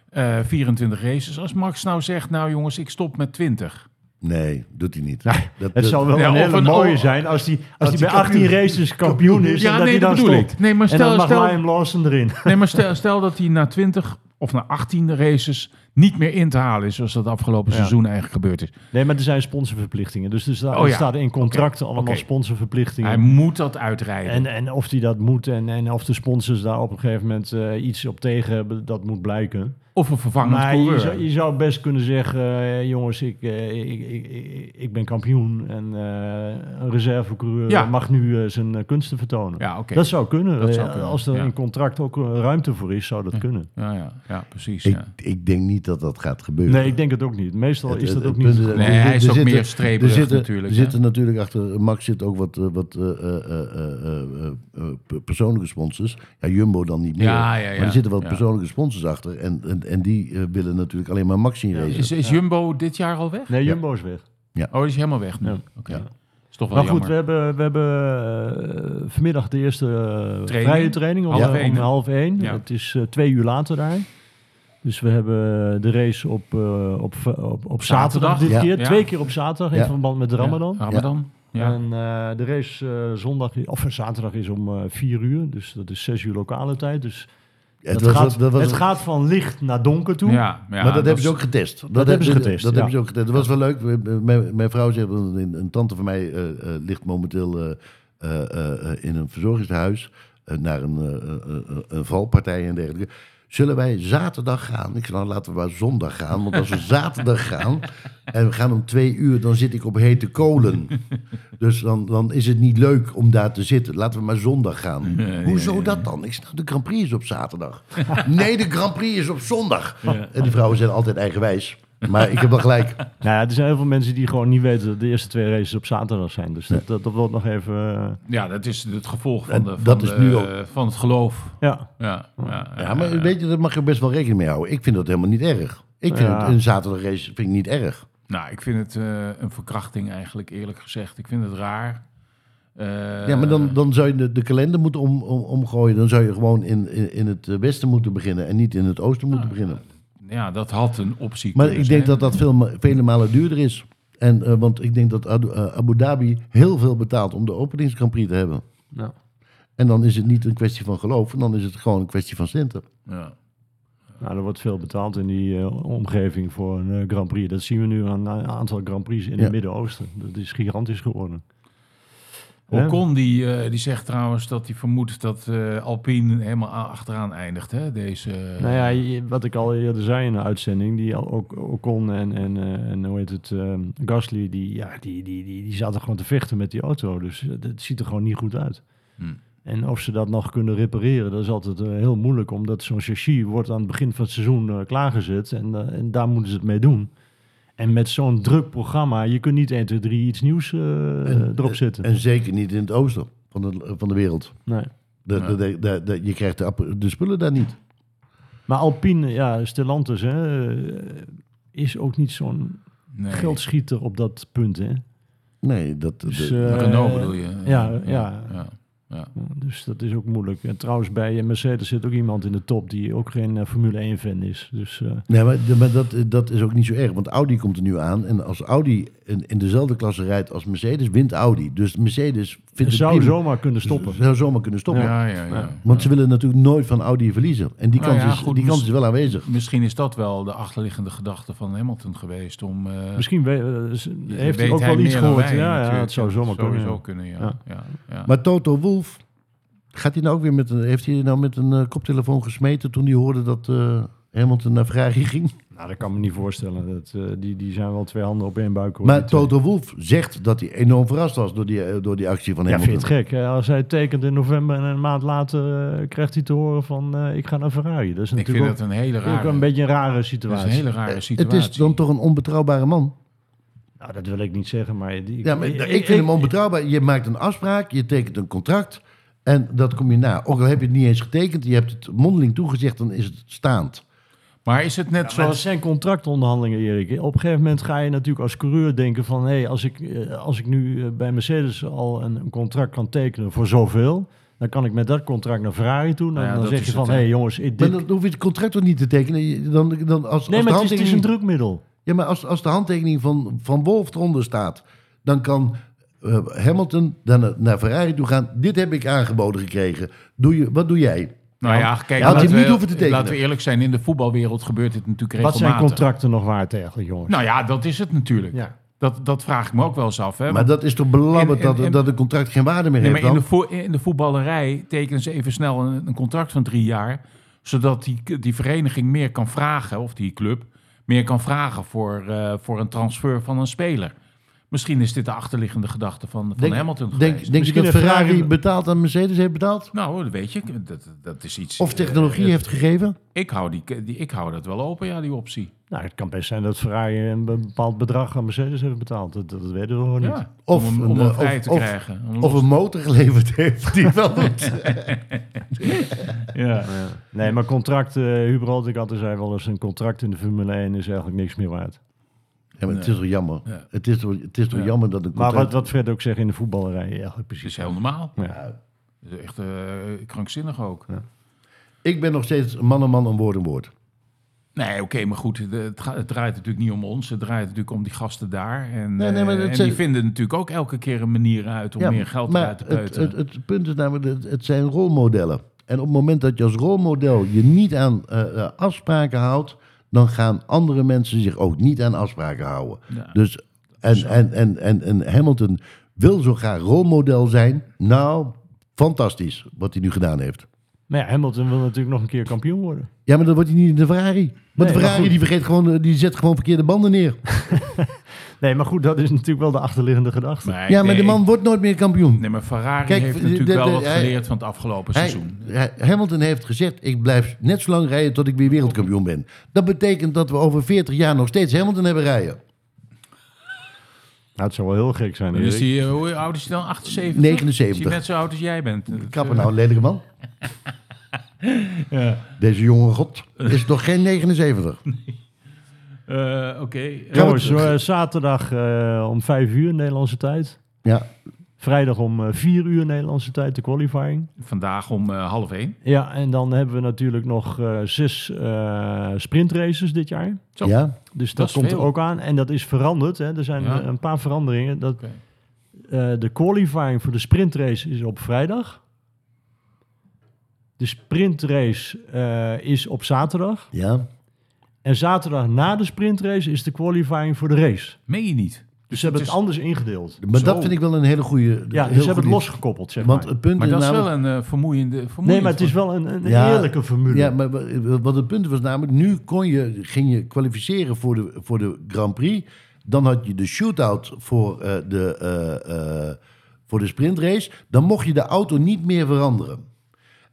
Speaker 3: Eh, 24 races. Als Max nou zegt, nou jongens, ik stop met 20.
Speaker 1: Nee, doet hij niet. dat,
Speaker 2: Het
Speaker 1: dat-
Speaker 2: zou wel
Speaker 3: Ja,
Speaker 2: een
Speaker 3: of
Speaker 2: hele
Speaker 3: een-
Speaker 2: mooie
Speaker 3: oh,
Speaker 2: zijn als hij als die
Speaker 1: die
Speaker 2: bij 18 races kampioen is en dus dat hij dan
Speaker 3: bedoel
Speaker 2: stopt.
Speaker 3: ik. Nee, maar
Speaker 2: en dan
Speaker 3: stel,
Speaker 2: mag
Speaker 3: stel,
Speaker 2: Liam Lawson erin.
Speaker 3: nee, maar stel, stel dat hij na 20 of na 18 races niet meer in te halen is, zoals dat afgelopen
Speaker 2: Ja.
Speaker 3: seizoen eigenlijk gebeurd is.
Speaker 2: Nee, maar er zijn sponsorverplichtingen. Dus, dus daar
Speaker 3: Oh ja.
Speaker 2: staan in contracten allemaal
Speaker 3: oké. Hij
Speaker 2: sponsorverplichtingen.
Speaker 3: moet dat uitrijden.
Speaker 2: En, en of hij dat moet en, en of de sponsors daar op een gegeven moment eh, iets op tegen hebben, dat moet blijken.
Speaker 3: of een vervangend
Speaker 2: Maar je
Speaker 3: coureur.
Speaker 2: zou, je zou best kunnen zeggen, eh, jongens, ik, eh, ik, ik, ik, ik ben kampioen en eh, een reservecoureur
Speaker 3: Ja.
Speaker 2: mag nu eh, zijn eh, kunsten vertonen.
Speaker 3: ja, oké.
Speaker 2: Dat zou kunnen.
Speaker 3: Dat zou
Speaker 2: Eh,
Speaker 3: kunnen,
Speaker 2: Als er
Speaker 3: ja. Hm.
Speaker 2: in contract ook eh, ruimte voor is, zou dat kunnen.
Speaker 3: Ja, ja, ja, precies.
Speaker 1: Ik,
Speaker 3: ja.
Speaker 1: ik denk niet dat dat gaat gebeuren.
Speaker 2: Nee, ik denk het ook niet. Meestal
Speaker 1: Het-
Speaker 2: is dat
Speaker 1: het-
Speaker 2: ook
Speaker 1: het
Speaker 2: niet.
Speaker 1: punt
Speaker 2: goed.
Speaker 1: er-
Speaker 3: Nee, hij is
Speaker 1: er
Speaker 3: ook
Speaker 1: zitten-
Speaker 3: meer streberig
Speaker 1: er zitten,
Speaker 3: natuurlijk,
Speaker 1: Er
Speaker 3: hè?
Speaker 1: zitten natuurlijk achter Max zit ook wat, eh, wat eh, eh, eh, eh, eh, eh, pe- persoonlijke sponsors. Ja, Jumbo dan niet meer.
Speaker 3: Ja, ja, ja.
Speaker 1: Maar er zitten wat
Speaker 3: Ja.
Speaker 1: persoonlijke sponsors achter. En, en, en die eh, willen natuurlijk alleen maar Max zien racen.
Speaker 3: Is, is Jumbo dit jaar al weg?
Speaker 2: Nee, Jumbo is weg.
Speaker 3: Oh, die is helemaal weg nu.
Speaker 2: Ja.
Speaker 3: Oké.
Speaker 1: Ja.
Speaker 3: Is toch wel
Speaker 2: Maar goed,
Speaker 3: jammer.
Speaker 2: we hebben, we hebben eh, vanmiddag de eerste eh, vrije training om
Speaker 3: Half
Speaker 2: half
Speaker 3: één,
Speaker 2: één. Om
Speaker 3: hè?
Speaker 2: half één.
Speaker 3: Ja.
Speaker 2: Het is eh, twee uur later daar. Dus we hebben de race op, eh, op, op, op zaterdag
Speaker 3: Zaterdag.
Speaker 2: dit
Speaker 1: Ja.
Speaker 2: keer.
Speaker 3: Ja.
Speaker 2: Twee keer op zaterdag
Speaker 1: Ja.
Speaker 2: in verband met de Ramadan.
Speaker 3: Ja, Ramadan. Ja.
Speaker 2: En eh, de race eh, zondag, of eh, zaterdag is om eh, vier uur. Dus dat is zes uur lokale tijd. Dus
Speaker 1: Het
Speaker 2: dat
Speaker 1: was-
Speaker 2: gaat,
Speaker 1: dat was-
Speaker 2: het gaat van licht naar donker toe.
Speaker 3: Ja, ja,
Speaker 1: maar dat, hebben
Speaker 3: is-
Speaker 1: ze ook getest. Dat,
Speaker 2: hebben ze
Speaker 1: dat-
Speaker 2: getest,
Speaker 1: Dat
Speaker 2: ja.
Speaker 1: hebben ze ook getest. Dat was wel leuk. M- Mijn, mijn vrouw zegt, want een, een tante van mij eh, eh, ligt momenteel eh, eh, eh, eh, in een verzorgingshuis eh, naar een, eh, eh, eh, een valpartij en dergelijke. Zullen wij zaterdag gaan? Ik zeg, nou laten we maar zondag gaan. Want als we zaterdag gaan en we gaan om twee uur, dan zit ik op hete kolen. Dus dan, dan is het niet leuk om daar te zitten. Laten we maar zondag gaan. Hoezo dat dan? Ik snap, de Grand Prix is op zaterdag. nee, de Grand Prix is op zondag. En die vrouwen zijn altijd eigenwijs. Maar ik heb wel gelijk.
Speaker 2: Nou ja, er zijn heel veel mensen die gewoon niet weten dat de eerste twee races op zaterdag zijn. Dus dat, dat, dat wordt nog even... eh,
Speaker 3: Ja, dat is het gevolg van,
Speaker 1: En
Speaker 3: de, van,
Speaker 1: dat is
Speaker 3: de- eh,
Speaker 1: nu ook.
Speaker 3: van het geloof.
Speaker 2: ja.
Speaker 3: Ja, ja,
Speaker 1: Ja, maar weet je, daar mag je best wel rekening mee houden. Ik vind dat helemaal niet erg. Ik vind
Speaker 2: Ja.
Speaker 1: het, een zaterdagrace vind ik niet erg.
Speaker 3: Nou, ik vind het eh, een verkrachting eigenlijk, eerlijk gezegd. Ik vind het raar. Eh,
Speaker 1: Ja, maar dan, dan zou je de, de kalender moeten om, om, omgooien. Dan zou je gewoon in, in, in het westen moeten beginnen en niet in het oosten moeten beginnen.
Speaker 3: Ja, dat dus had een optie
Speaker 1: Maar
Speaker 3: kunnen
Speaker 1: ik denk
Speaker 3: zijn.
Speaker 1: dat dat veel, ma- vele malen duurder is. En, eh, want ik denk dat Adu- eh, Abu Dhabi heel veel betaalt om de openings Grand Prix te hebben.
Speaker 2: Ja.
Speaker 1: En dan is het niet een kwestie van geloof, en dan is het gewoon een kwestie van centen.
Speaker 3: Ja.
Speaker 2: Nou, er wordt veel betaald in die eh, omgeving voor een eh, Grand Prix. Dat zien we nu aan een aantal Grand Prix in
Speaker 1: Ja.
Speaker 2: het Midden-Oosten. Dat is gigantisch geworden. Hè?
Speaker 3: Ocon die, eh, die zegt trouwens dat hij vermoedt dat eh, Alpine helemaal a- achteraan eindigt. Hè? Deze,
Speaker 2: Nou ja, je- wat ik al eerder zei in de uitzending, die al- ook Ocon en, en, eh, en hoe heet het, ehm, Gasly, die, ja, die, die, die, die zaten gewoon te vechten met die auto. Dus eh, dat ziet er gewoon niet goed uit.
Speaker 3: Hmm.
Speaker 2: En of ze dat nog kunnen repareren, dat is altijd eh, heel moeilijk, omdat zo'n chassis wordt aan het begin van het seizoen eh, klaargezet en, eh, en daar moeten ze het mee doen. En met zo'n druk programma, je kunt niet 1, 2, 3 iets nieuws eh, erop zetten.
Speaker 1: En zeker niet in het oosten van de, van de wereld.
Speaker 2: nee.
Speaker 1: De,
Speaker 3: Ja.
Speaker 1: de, de, de- de- je krijgt de, app- de spullen daar niet.
Speaker 2: Maar Alpine, ja, Stellantis, hè, eh, is ook niet zo'n
Speaker 3: nee.
Speaker 2: geldschieter op dat punt, hè?
Speaker 1: Nee, dat,
Speaker 2: Dus,
Speaker 1: de-
Speaker 2: eh,
Speaker 3: Renault bedoel je?
Speaker 2: ja, ja.
Speaker 3: ja.
Speaker 2: Dus dat is ook moeilijk. En trouwens, bij eh, Mercedes zit ook iemand in de top die ook geen eh, Formule 1-fan is. Dus eh,
Speaker 1: nee, maar, de- maar dat, dat is ook niet zo erg, want Audi komt er nu aan. En als Audi in, in dezelfde klasse rijdt als Mercedes, wint Audi. Dus Mercedes vindt het
Speaker 2: zou
Speaker 1: prima.
Speaker 2: zomaar kunnen stoppen.
Speaker 1: Zou zomaar kunnen stoppen.
Speaker 3: Ja, ja, ja.
Speaker 1: Want ze willen natuurlijk nooit van Audi verliezen. En die
Speaker 3: Nou
Speaker 1: kans,
Speaker 3: ja,
Speaker 1: is,
Speaker 3: goed,
Speaker 1: die
Speaker 2: dus-
Speaker 1: kans
Speaker 3: mis-
Speaker 1: is wel aanwezig.
Speaker 3: Misschien is dat wel de achterliggende gedachte van Hamilton geweest om... eh,
Speaker 2: Misschien we- eh, s- heeft hij
Speaker 3: weet
Speaker 2: ook wel
Speaker 3: meer
Speaker 2: iets
Speaker 3: dan
Speaker 2: gehoord.
Speaker 3: wij
Speaker 2: ja, ja,
Speaker 3: natuurlijk.
Speaker 2: het zou zomaar kunnen.
Speaker 3: sowieso
Speaker 2: ja.
Speaker 3: kunnen, ja.
Speaker 2: Ja.
Speaker 3: ja. ja.
Speaker 1: Maar Toto Wolf, gaat hij nou ook weer met een, heeft hij nou met een eh, koptelefoon gesmeten toen hij hoorde dat eh, Hamilton naar Ferrari ging?
Speaker 2: Nou, dat kan me niet voorstellen. Dat, eh, die, die zijn wel twee handen op één buik. hoor, eh,
Speaker 1: Maar
Speaker 2: die twee.
Speaker 1: Toto Wolf zegt dat hij enorm verrast was door die, eh, door die actie van
Speaker 2: Ja, vind je
Speaker 1: Hamilton.
Speaker 2: het gek? hè? Als hij tekent in november en een maand later eh, krijgt hij te horen van eh, ik ga naar Ferrari. Dat is
Speaker 3: ik vind
Speaker 2: natuurlijk
Speaker 3: dat
Speaker 2: ook,
Speaker 3: een hele
Speaker 2: ook
Speaker 3: rare,
Speaker 2: een beetje een rare
Speaker 3: dat is
Speaker 2: situatie.
Speaker 3: een hele rare
Speaker 1: het
Speaker 3: situatie.
Speaker 1: is dan toch een onbetrouwbare man.
Speaker 2: Nou, dat wil ik niet zeggen, maar... Die,
Speaker 1: Ja, maar ik, vind hem onbetrouwbaar. Je maakt een afspraak, je tekent een contract en dat kom je na. Ook al heb je het niet eens getekend, je hebt het mondeling toegezegd, dan is het staand.
Speaker 3: Maar is het net
Speaker 2: Maar het
Speaker 3: zoals...
Speaker 2: zijn contractonderhandelingen, Erik. Op een gegeven moment ga je natuurlijk als coureur denken van... hé, hey, als, ik, eh, als ik nu eh, bij Mercedes al een een contract kan tekenen voor zoveel... dan kan ik met dat contract naar Ferrari toe. Dan,
Speaker 3: Ja,
Speaker 2: dan
Speaker 3: dat
Speaker 2: zeg
Speaker 3: is
Speaker 2: je van,
Speaker 3: het,
Speaker 2: hé
Speaker 3: hè.
Speaker 2: hey, jongens, ik-
Speaker 1: Maar
Speaker 2: dit...
Speaker 1: dan hoef je het contract toch niet te tekenen. Je- Dan, dan, als,
Speaker 2: nee,
Speaker 1: als
Speaker 2: maar
Speaker 1: de
Speaker 2: het is, het is een
Speaker 1: handtekening-
Speaker 2: drukmiddel.
Speaker 1: Ja, maar als, als de handtekening van, van Wolf eronder staat, dan kan eh, Hamilton dan naar, naar Ferrari toe gaan. Dit heb ik aangeboden gekregen. Doe je, wat doe jij?
Speaker 3: Nou ja, kijk,
Speaker 1: had je
Speaker 3: laten
Speaker 1: hem niet
Speaker 3: we-
Speaker 1: hoeven te tekenen.
Speaker 3: Laten we eerlijk zijn, in de voetbalwereld gebeurt dit natuurlijk
Speaker 2: Wat
Speaker 3: regelmatig.
Speaker 2: zijn contracten nog waard eigenlijk, jongens?
Speaker 3: Nou ja, dat is het natuurlijk.
Speaker 2: ja.
Speaker 3: Dat, dat vraag ik me ook wel eens af. Hè?
Speaker 1: Maar
Speaker 3: Want-
Speaker 1: dat is toch belabberd
Speaker 3: En- en-
Speaker 1: dat,
Speaker 3: en-
Speaker 1: dat een contract geen waarde meer
Speaker 3: nee, maar
Speaker 1: heeft
Speaker 3: in, de
Speaker 1: dan?
Speaker 3: vo- in de voetballerij tekenen ze even snel een, een contract van drie jaar. Zodat die, die vereniging meer kan vragen, of die club, meer kan vragen voor, eh, voor een transfer van een speler. Misschien is dit de achterliggende gedachte van, van
Speaker 1: Denk-
Speaker 3: Hamilton
Speaker 1: Denk,
Speaker 3: geweest.
Speaker 1: denk je
Speaker 2: Misschien
Speaker 1: dat
Speaker 2: heeft Ferrari-
Speaker 1: Ferrari betaalt aan Mercedes heeft betaald?
Speaker 3: nou, dat weet je, dat, dat is iets...
Speaker 1: Of technologie
Speaker 3: eh,
Speaker 1: heeft gegeven?
Speaker 3: Ik hou, die, die, ik hou dat wel open, ja, die optie.
Speaker 2: Nou, het kan best zijn dat Ferrari een bepaald bedrag aan Mercedes heeft betaald. Dat, dat weten we gewoon niet.
Speaker 3: Ja,
Speaker 1: Of
Speaker 3: om, hem-
Speaker 1: een,
Speaker 3: om hem
Speaker 1: eh,
Speaker 3: vrij
Speaker 1: of-
Speaker 3: te
Speaker 1: of-
Speaker 3: krijgen. Om
Speaker 1: Of
Speaker 3: los-
Speaker 1: een motor geleverd heeft die het
Speaker 3: (laughs)
Speaker 1: wel doet?
Speaker 3: ja.
Speaker 2: Nee, maar contract, eh Huber Altikat zei wel eens... een contract in de Formule 1 is eigenlijk niks meer waard.
Speaker 1: Ja, maar het is toch jammer?
Speaker 3: Ja.
Speaker 1: Het is toch, het is toch
Speaker 3: Ja.
Speaker 1: jammer dat een
Speaker 2: Maar
Speaker 1: contract...
Speaker 2: wat, wat Fred ook zegt in de voetballerij, eigenlijk
Speaker 3: Het is
Speaker 2: precies.
Speaker 3: heel normaal.
Speaker 2: Ja.
Speaker 3: Het is Echt eh, krankzinnig ook.
Speaker 1: Ik ben nog steeds man en man, een woord en woord.
Speaker 3: Nee, oké, maar goed, het, het ga- het draait natuurlijk niet om ons. Het draait natuurlijk om die gasten daar. En,
Speaker 1: Nee, nee, maar
Speaker 3: eh,
Speaker 1: dat
Speaker 3: en
Speaker 1: zijn-
Speaker 3: die vinden natuurlijk ook elke keer een manier uit om meer geld
Speaker 1: maar
Speaker 3: eruit te
Speaker 1: het,
Speaker 3: puiten.
Speaker 1: het, het punt is namelijk, het, het zijn rolmodellen. En op het moment dat je als rolmodel je niet aan eh, eh, afspraken houdt... dan gaan andere mensen zich ook niet aan afspraken houden.
Speaker 3: Ja.
Speaker 1: Dus, en, en, en, en, en Hamilton wil zo graag rolmodel zijn. Nou, fantastisch wat hij nu gedaan heeft.
Speaker 2: Maar ja, Hamilton wil natuurlijk nog een keer kampioen worden.
Speaker 1: Ja, maar dan wordt hij niet in de Ferrari. Want
Speaker 2: maar
Speaker 1: de Ferrari
Speaker 2: goed.
Speaker 1: die vergeet gewoon, eh, die zet gewoon verkeerde banden neer.
Speaker 2: Nee, maar goed, dat is (laughs) natuurlijk wel de achterliggende gedachte.
Speaker 3: Maar ik
Speaker 1: Ja, maar
Speaker 3: denk-
Speaker 1: de man wordt nooit meer kampioen.
Speaker 3: Nee, maar Ferrari
Speaker 1: Kijk,
Speaker 3: heeft
Speaker 1: de-
Speaker 3: natuurlijk
Speaker 1: de-
Speaker 3: wel
Speaker 1: de-
Speaker 3: wat
Speaker 1: hij-
Speaker 3: geleerd van het afgelopen
Speaker 1: Hij-
Speaker 3: seizoen.
Speaker 1: hij- Hamilton heeft gezegd, ik blijf net zo lang rijden tot ik weer wereldkampioen ben. Dat betekent dat we over 40 jaar nog steeds Hamilton hebben rijden.
Speaker 2: Nou, het zou wel heel gek zijn,
Speaker 3: Dan
Speaker 2: Erik.
Speaker 3: is die, eh, hoe oud is hij dan? 78?
Speaker 1: 79.
Speaker 3: Is hij net zo oud als jij bent? Dat, eh,
Speaker 1: Kapper nou, lelijke
Speaker 2: (laughs)
Speaker 1: man. Deze jonge god is toch geen 79?
Speaker 3: eh,
Speaker 1: nou.
Speaker 3: eh, Oké. Eh,
Speaker 2: Jongens, eh, zaterdag eh, om 5 uur Nederlandse tijd.
Speaker 1: Ja,
Speaker 2: Vrijdag om eh, 4 uur Nederlandse tijd de qualifying.
Speaker 3: vandaag om eh, half één.
Speaker 2: Ja, en dan hebben we natuurlijk nog eh, zes eh, sprintraces dit jaar.
Speaker 3: Zo.
Speaker 1: ja.
Speaker 2: Dus dat,
Speaker 3: Dat is
Speaker 2: komt
Speaker 3: veel.
Speaker 2: er ook aan. En dat is veranderd. Hè. Er zijn
Speaker 3: Ja.
Speaker 2: eh, een paar veranderingen. Dat,
Speaker 3: Oké.
Speaker 2: eh, de qualifying voor de sprintrace is op vrijdag. De sprintrace eh, is op zaterdag.
Speaker 1: ja.
Speaker 2: En zaterdag na de sprintrace is de qualifying voor de race.
Speaker 3: Meen je niet?
Speaker 2: Dus ze hebben het,
Speaker 3: is-
Speaker 2: anders ingedeeld.
Speaker 1: Maar
Speaker 3: Zo.
Speaker 1: dat vind ik wel een hele goede...
Speaker 2: Ja, dus
Speaker 1: heel
Speaker 2: ze hebben
Speaker 1: goed
Speaker 2: het
Speaker 1: iets.
Speaker 2: losgekoppeld, zeg
Speaker 1: Want
Speaker 2: maar.
Speaker 1: het punt
Speaker 3: Maar
Speaker 1: is
Speaker 3: dat is
Speaker 1: namelijk-
Speaker 3: wel een eh, vermoeiende, vermoeiende...
Speaker 2: nee, maar het is wel een, een
Speaker 1: Ja,
Speaker 2: eerlijke formule.
Speaker 1: Ja, maar wa- wat het punt was namelijk, nu kon je, ging je kwalificeren voor de, voor de Grand Prix. Dan had je de shootout voor, eh, de, eh, eh, voor de sprintrace. Dan mocht je de auto niet meer veranderen.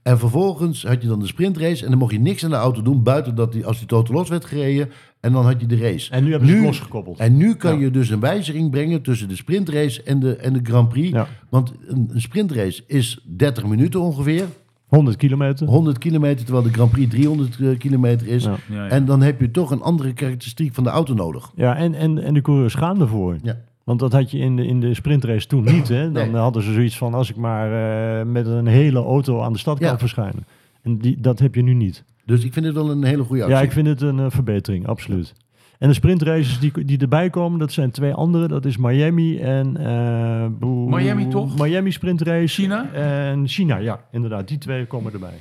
Speaker 1: En vervolgens had je dan de sprintrace en dan mocht je niks aan de auto doen buiten dat die, als die totaal los werd gereden. En dan had je de race.
Speaker 2: En nu hebben ze het losgekoppeld.
Speaker 1: En nu kan
Speaker 2: Ja.
Speaker 1: je dus een wijziging brengen tussen de sprintrace en de, en de Grand Prix.
Speaker 2: Ja.
Speaker 1: Want een, een sprintrace is 30 minuten ongeveer.
Speaker 2: 100 kilometer.
Speaker 1: 100 kilometer, terwijl de Grand Prix 300 eh, kilometer is.
Speaker 2: Ja.
Speaker 3: Ja, ja.
Speaker 1: En dan heb je toch een andere karakteristiek van de auto nodig.
Speaker 2: Ja, en, en, en de coureurs gaan ervoor.
Speaker 1: Ja.
Speaker 2: Want dat had je in de, in de sprintrace toen niet. Hè? Dan
Speaker 1: Nee.
Speaker 2: hadden ze zoiets van, als ik maar eh, met een hele auto aan de stad
Speaker 1: Ja.
Speaker 2: kan verschijnen. En die, dat heb je nu niet.
Speaker 1: Dus ik vind het wel een hele goede
Speaker 2: Ja,
Speaker 1: actie.
Speaker 2: ik vind het een eh, verbetering, absoluut. En de sprintraces die, die erbij komen, dat zijn twee andere. Dat is Miami en... eh, boe-
Speaker 3: Miami toch?
Speaker 2: Miami sprintrace.
Speaker 3: China?
Speaker 2: En China, ja. Inderdaad, die twee komen erbij.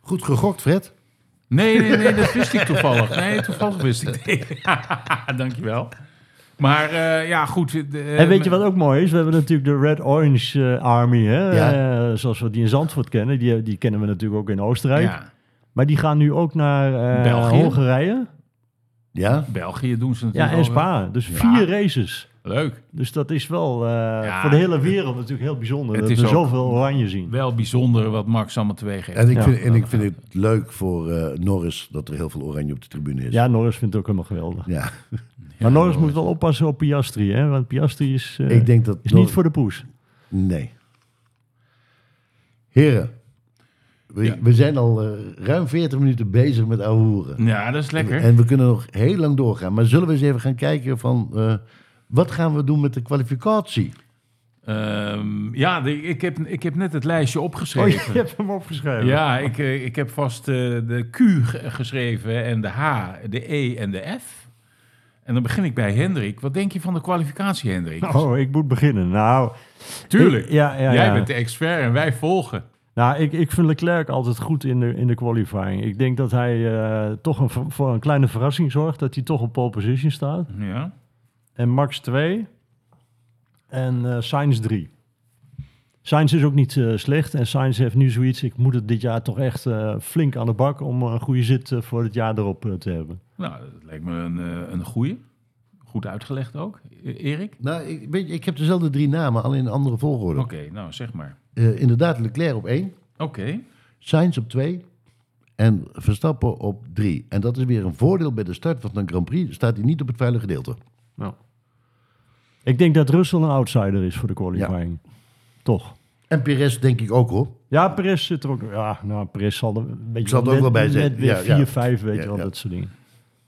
Speaker 1: Goed gegokt, Fred.
Speaker 3: Nee, nee, nee, dat wist ik toevallig. Nee, toevallig wist ik dit. (laughs) Dankjewel. Maar eh, ja, goed. eh,
Speaker 2: En weet je wat ook mooi is? We hebben natuurlijk de Red Orange eh, Army, hè?
Speaker 1: Ja.
Speaker 2: Eh, zoals we die in Zandvoort kennen. Die, die kennen we natuurlijk ook in Oostenrijk.
Speaker 3: Ja,
Speaker 2: Maar die gaan nu ook naar eh,
Speaker 3: België.
Speaker 2: Hongarije
Speaker 1: Ja.
Speaker 3: België doen ze
Speaker 2: ja,
Speaker 3: natuurlijk
Speaker 2: en
Speaker 3: al, hè.
Speaker 2: Spa. Dus
Speaker 3: Ja.
Speaker 2: vier races.
Speaker 3: Leuk.
Speaker 2: Dus dat is wel eh,
Speaker 3: Ja.
Speaker 2: voor de hele wereld natuurlijk heel bijzonder.
Speaker 3: Het
Speaker 2: dat
Speaker 3: is
Speaker 2: we
Speaker 3: ook-
Speaker 2: zoveel oranje zien.
Speaker 3: Wel bijzonder wat Max allemaal teweeg heeft.
Speaker 1: En ik,
Speaker 2: Ja.
Speaker 1: vind, en ik vind het leuk voor eh, Norris dat er heel veel oranje op de tribune is.
Speaker 2: Ja, Norris vindt het ook helemaal geweldig.
Speaker 1: Ja.
Speaker 2: maar Norris moet wel oppassen op Piastri, hè? Want Piastri is, eh,
Speaker 1: Ik denk dat...
Speaker 2: is
Speaker 1: Nor-
Speaker 2: niet voor de poes.
Speaker 1: Nee. Heren, we,
Speaker 3: Ja.
Speaker 1: we zijn al eh, ruim 40 minuten bezig met ahoeren.
Speaker 3: Ja, dat is lekker.
Speaker 1: En we kunnen nog heel lang doorgaan. Maar zullen we eens even gaan kijken van... eh, wat gaan we doen met de kwalificatie?
Speaker 3: Ehm, ja, de- ik, heb, ik heb net het lijstje
Speaker 2: Oh, je
Speaker 3: opgeschreven.
Speaker 2: hebt hem opgeschreven.
Speaker 3: Ja, ik, eh, ik heb vast eh, de Q ge- geschreven en de H, de E en de F. En dan begin ik bij Hendrik. Wat denk je van de kwalificatie, Hendrik?
Speaker 2: Oh, ik moet beginnen. Nou,
Speaker 3: Tuurlijk.
Speaker 2: ik- ja, ja,
Speaker 3: Jij
Speaker 2: ja.
Speaker 3: bent de expert en wij volgen.
Speaker 2: Nou, ik, ik vind Leclerc altijd goed in de, in de qualifying. Ik denk dat hij eh, toch een, ver- voor een kleine verrassing zorgt. Dat hij toch op pole position staat.
Speaker 3: Ja.
Speaker 2: En Max 2. En eh Sainz 3. Sainz is ook niet eh, slecht. En Sainz heeft nu zoiets. Ik moet het dit jaar toch echt eh, flink aan de bak. Om een goede zit eh, voor het jaar erop eh, te hebben.
Speaker 3: Nou, dat lijkt me een, eh, een goeie. Goed uitgelegd ook, E- Erik.
Speaker 1: Nou, ik, weet je, ik heb dezelfde drie namen, alleen in een andere volgorde.
Speaker 3: Oké, nou zeg maar.
Speaker 1: Eh, inderdaad, Leclerc op één,
Speaker 3: Oké.
Speaker 1: Sainz op twee en Verstappen op drie. En dat is weer een voordeel bij de start van een Grand Prix. Staat hij niet op het vuile gedeelte.
Speaker 2: Nou. Ik denk dat Russell een outsider is voor de qualifying. Toch?
Speaker 1: En Perez denk ik ook hoor.
Speaker 2: Ja, Perez zit er ook. Ja, nou, Perez zal er, weet je
Speaker 1: Zal er ook
Speaker 2: net-
Speaker 1: wel bij zijn.
Speaker 2: Net weer
Speaker 1: Ja, ja.
Speaker 2: 4, 5, weet
Speaker 1: Ja,
Speaker 2: je wel,
Speaker 1: ja.
Speaker 2: dat soort dingen.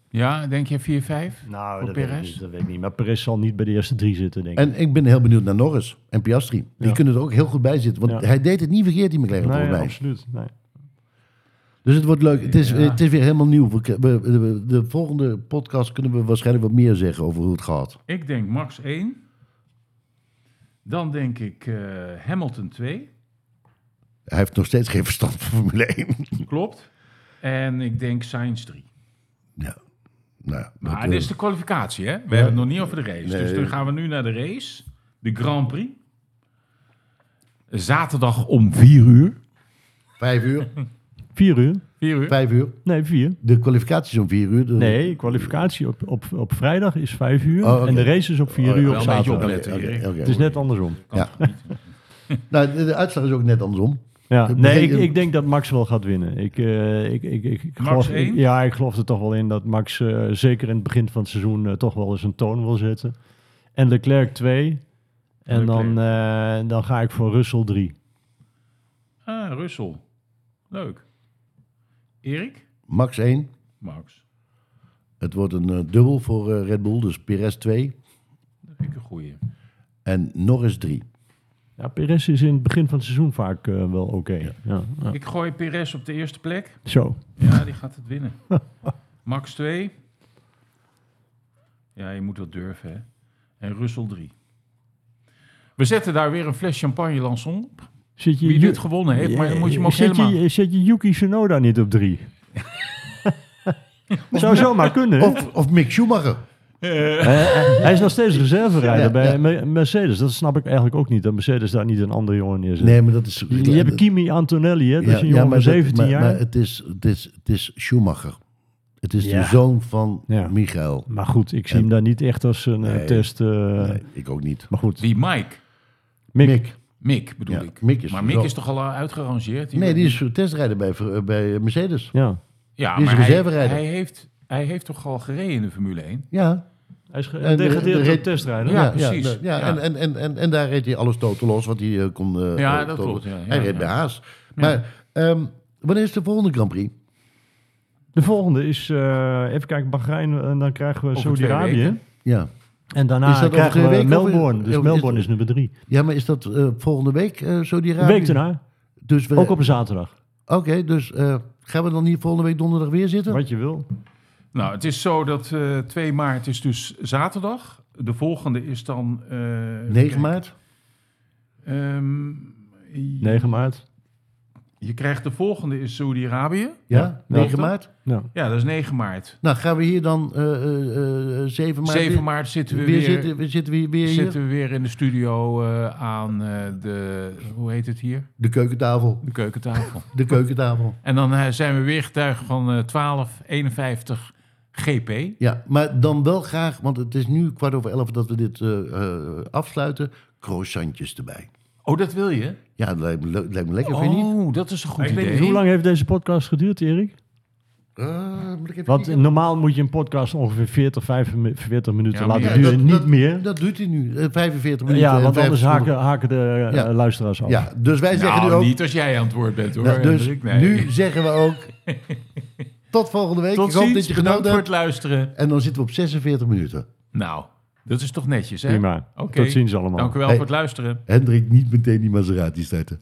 Speaker 3: Ja, denk je 4-5?
Speaker 2: Nou,
Speaker 3: Voor
Speaker 2: dat weet, ik
Speaker 3: Perez?
Speaker 2: niet, dat weet ik niet. Maar Perez zal niet bij de eerste drie zitten, denk ik.
Speaker 1: En ik ben heel benieuwd naar Norris en Piastri. Die
Speaker 2: Ja.
Speaker 1: kunnen er ook heel goed bij zitten. Want
Speaker 2: Ja.
Speaker 1: hij deed het niet verkeerd, die McLaren,
Speaker 2: nee,
Speaker 1: volgens mij.
Speaker 2: absoluut. Nee.
Speaker 1: Dus het wordt leuk. Het is,
Speaker 3: Ja.
Speaker 1: het is weer helemaal nieuw. We, we- we- de volgende podcast kunnen we waarschijnlijk wat meer zeggen over hoe het gaat.
Speaker 3: Ik denk Max 1. Dan denk ik eh, Hamilton 2.
Speaker 1: (laughs) Hij heeft nog steeds geen verstand van Formule 1.
Speaker 3: Klopt. En ik denk Sainz 3.
Speaker 1: Ja. (laughs) Nou, dat,
Speaker 3: Maar
Speaker 1: eh,
Speaker 3: dit is de kwalificatie, hè? We hebben het nog niet over de race.
Speaker 1: Nee.
Speaker 3: Dus dan gaan we nu naar de race. De Grand Prix. Zaterdag om 4 uur.
Speaker 1: Vijf uur.
Speaker 2: Vier uur?
Speaker 3: 4 uur?
Speaker 1: Vijf uur.
Speaker 2: Nee, vier.
Speaker 1: De kwalificatie is om vier uur. De-
Speaker 2: Nee, kwalificatie op, op, op vrijdag is vijf uur.
Speaker 1: Oh, oké.
Speaker 2: En de race is op vier
Speaker 1: Oh, ja,
Speaker 2: uur
Speaker 3: wel
Speaker 2: op
Speaker 3: een beetje
Speaker 2: zaterdag.
Speaker 3: opletten.
Speaker 1: Oké, oké, oké.
Speaker 2: Het is net andersom.
Speaker 3: Kan
Speaker 1: Ja.
Speaker 3: toch niet?
Speaker 1: Dus Nou, de, de uitslag is ook net andersom.
Speaker 2: Ja.
Speaker 1: Dat
Speaker 2: Nee, ik,
Speaker 1: betekent-
Speaker 2: ik denk dat Max wel gaat winnen. Ik, eh, ik, ik, ik, ik
Speaker 3: Max
Speaker 2: geloof,
Speaker 3: één?
Speaker 2: ik- ja, ik geloof er toch wel in dat Max eh, zeker in het begin van het seizoen eh, toch wel eens een toon wil zetten. En Leclerc 2. En dan, eh, dan ga ik voor Russell 3.
Speaker 3: Ah, Russell. Leuk. Erik?
Speaker 1: Max 1.
Speaker 3: Max.
Speaker 1: Het wordt een eh, dubbel voor eh, Red Bull. Dus Perez 2
Speaker 3: Dat vind ik een goeie.
Speaker 1: en Norris 3.
Speaker 2: Ja, Perez is in het begin van het seizoen vaak eh, wel oké. Ja, ja.
Speaker 3: Ik gooi Perez op de eerste plek.
Speaker 2: Zo.
Speaker 3: Ja, die gaat het winnen. (laughs) Max 2. Ja, je moet dat durven, hè. En Russell 3. We zetten daar weer een fles champagne lanson op.
Speaker 2: Zit je
Speaker 3: Wie
Speaker 2: Ju-
Speaker 3: dit gewonnen heeft, maar dan moet je hem ook
Speaker 2: eh, zet
Speaker 3: helemaal...
Speaker 2: Je, zet je Yuki Tsunoda niet
Speaker 1: (laughs)
Speaker 2: op 3? Zou zomaar kunnen. hè?
Speaker 1: Of, of Mick Schumacher.
Speaker 2: Eh, hij is nog steeds reserverijder
Speaker 1: Ja,
Speaker 2: bij
Speaker 1: ja.
Speaker 2: Me- Mercedes. Dat snap ik eigenlijk ook niet, dat Mercedes daar niet een andere jongen neerzet.
Speaker 1: Nee, maar dat is...
Speaker 2: Je, je hebt Kimi Antonelli, hè? dat is een jongen van
Speaker 1: dat-
Speaker 2: 17
Speaker 1: maar-
Speaker 2: jaar.
Speaker 1: Maar
Speaker 2: Maar,
Speaker 1: het is, het is, het is Schumacher. Het is
Speaker 2: Ja.
Speaker 1: de zoon van
Speaker 2: Ja.
Speaker 1: Michael.
Speaker 2: goed, ik zie hem daar niet echt als een eh,
Speaker 1: Nee.
Speaker 2: test. eh,
Speaker 1: Nee, ik ook niet.
Speaker 2: Maar goed,
Speaker 3: Die Mike.
Speaker 2: Mick.
Speaker 3: Mick bedoel
Speaker 1: Ja,
Speaker 3: ik.
Speaker 1: Mick is
Speaker 3: maar
Speaker 1: er
Speaker 3: Mick
Speaker 1: wel.
Speaker 3: is toch al eh, uitgerangeerd?
Speaker 1: Nee,
Speaker 3: wordt-
Speaker 1: die is testrijder bij, eh, bij Mercedes.
Speaker 2: Ja.
Speaker 3: ja,
Speaker 1: die is
Speaker 3: maar hij-
Speaker 1: reserverijder.
Speaker 3: Hij heeft, hij heeft toch al gereden in de Formule 1?
Speaker 1: Ja,
Speaker 2: Hij is
Speaker 1: En de-
Speaker 2: gedegradeerd
Speaker 1: de-
Speaker 2: op testrijden.
Speaker 3: Ja,
Speaker 1: ja,
Speaker 3: precies.
Speaker 1: Ja, ja,
Speaker 3: Ja.
Speaker 1: En, en, en, en, en daar reed hij alles tot los wat hij eh, kon. eh,
Speaker 3: Ja,
Speaker 1: eh,
Speaker 3: dat
Speaker 1: tot-
Speaker 3: klopt, ja, ja,
Speaker 1: hij reed
Speaker 3: ja.
Speaker 1: bij Haas. Maar ehm, wanneer is de volgende Grand Prix?
Speaker 2: De volgende is, eh, even kijken, Bahrein. En dan krijgen we
Speaker 3: Over twee
Speaker 2: Saudi-Araë.
Speaker 3: weken.
Speaker 1: Ja.
Speaker 2: En
Speaker 1: Is dat
Speaker 2: daarna
Speaker 1: over twee
Speaker 2: krijgen we
Speaker 1: weken of-
Speaker 2: Melbourne. Dus
Speaker 1: of is-
Speaker 2: Melbourne is nummer drie.
Speaker 1: ja, maar is dat eh, volgende week eh
Speaker 2: De
Speaker 1: Saudi-Arabië?
Speaker 2: week daarna,
Speaker 1: Dus we,
Speaker 2: ook op een zaterdag.
Speaker 1: Oké, dus eh, gaan we dan niet volgende week donderdag weer zitten?
Speaker 2: Wat je wil.
Speaker 3: Nou, het is zo dat eh 2 maart is dus zaterdag. De volgende is dan... eh,
Speaker 1: 9 maart?
Speaker 3: Ehm,
Speaker 2: 9 maart.
Speaker 3: Je krijgt de volgende is Saudi-Arabië.
Speaker 1: Ja, 9 maart.
Speaker 2: Ja.
Speaker 3: Ja, dat is 9 maart.
Speaker 1: Nou, gaan we hier dan eh, eh, eh, 7 maart
Speaker 3: 7
Speaker 1: weer-
Speaker 3: maart zitten we
Speaker 1: weer
Speaker 3: weer,
Speaker 1: zitten, we zitten we weer hier?
Speaker 3: zitten we weer in de studio eh, aan eh, de... Hoe heet het hier?
Speaker 1: De keukentafel,
Speaker 3: De keukentafel. (laughs)
Speaker 1: de keukentafel.
Speaker 3: en dan eh, zijn we weer getuige van eh 1251 GP.
Speaker 1: Ja, maar dan wel graag, want het is nu kwart over elf dat we dit eh, eh, afsluiten. Croissantjes erbij.
Speaker 3: Oh, dat wil je?
Speaker 1: Ja, dat lijkt me, le- lijkt me lekker, vind je niet?
Speaker 3: Oh, dat is een goed
Speaker 2: Ik weet
Speaker 3: idee.
Speaker 2: niet, hoe lang heeft deze podcast geduurd, Erik?
Speaker 1: Eh, moet ik even
Speaker 2: Want
Speaker 1: kijken.
Speaker 2: normaal moet je een podcast ongeveer 40, 45 minuten
Speaker 3: Ja, maar
Speaker 2: laten
Speaker 3: ja,
Speaker 2: duren.
Speaker 1: dat-
Speaker 2: niet
Speaker 1: dat-
Speaker 2: meer.
Speaker 1: Dat doet hij nu, eh, 45 minuten.
Speaker 2: ja,
Speaker 1: en
Speaker 2: want anders
Speaker 1: 50
Speaker 2: haken, haken de eh,
Speaker 1: Ja.
Speaker 2: luisteraars af.
Speaker 1: Ja, dus wij zeggen
Speaker 3: Nou,
Speaker 1: nu ook...
Speaker 3: niet als jij aan het woord bent hoor.
Speaker 1: Nou, dus
Speaker 3: Hendrik. Nee.
Speaker 1: nu zeggen we
Speaker 3: (laughs)
Speaker 1: ook... Tot volgende week.
Speaker 3: Tot
Speaker 1: ik hoop dat
Speaker 3: ziens,
Speaker 1: je
Speaker 3: bedankt
Speaker 1: genoten
Speaker 3: voor het
Speaker 1: hebt.
Speaker 3: luisteren.
Speaker 1: En dan zitten we op 46 minuten.
Speaker 3: Nou, dat is toch netjes hè?
Speaker 2: Prima.
Speaker 3: Oké.
Speaker 2: Tot ziens allemaal.
Speaker 3: Dank u wel
Speaker 1: Hey.
Speaker 3: voor het luisteren.
Speaker 1: Hendrik, niet meteen die Maserati starten.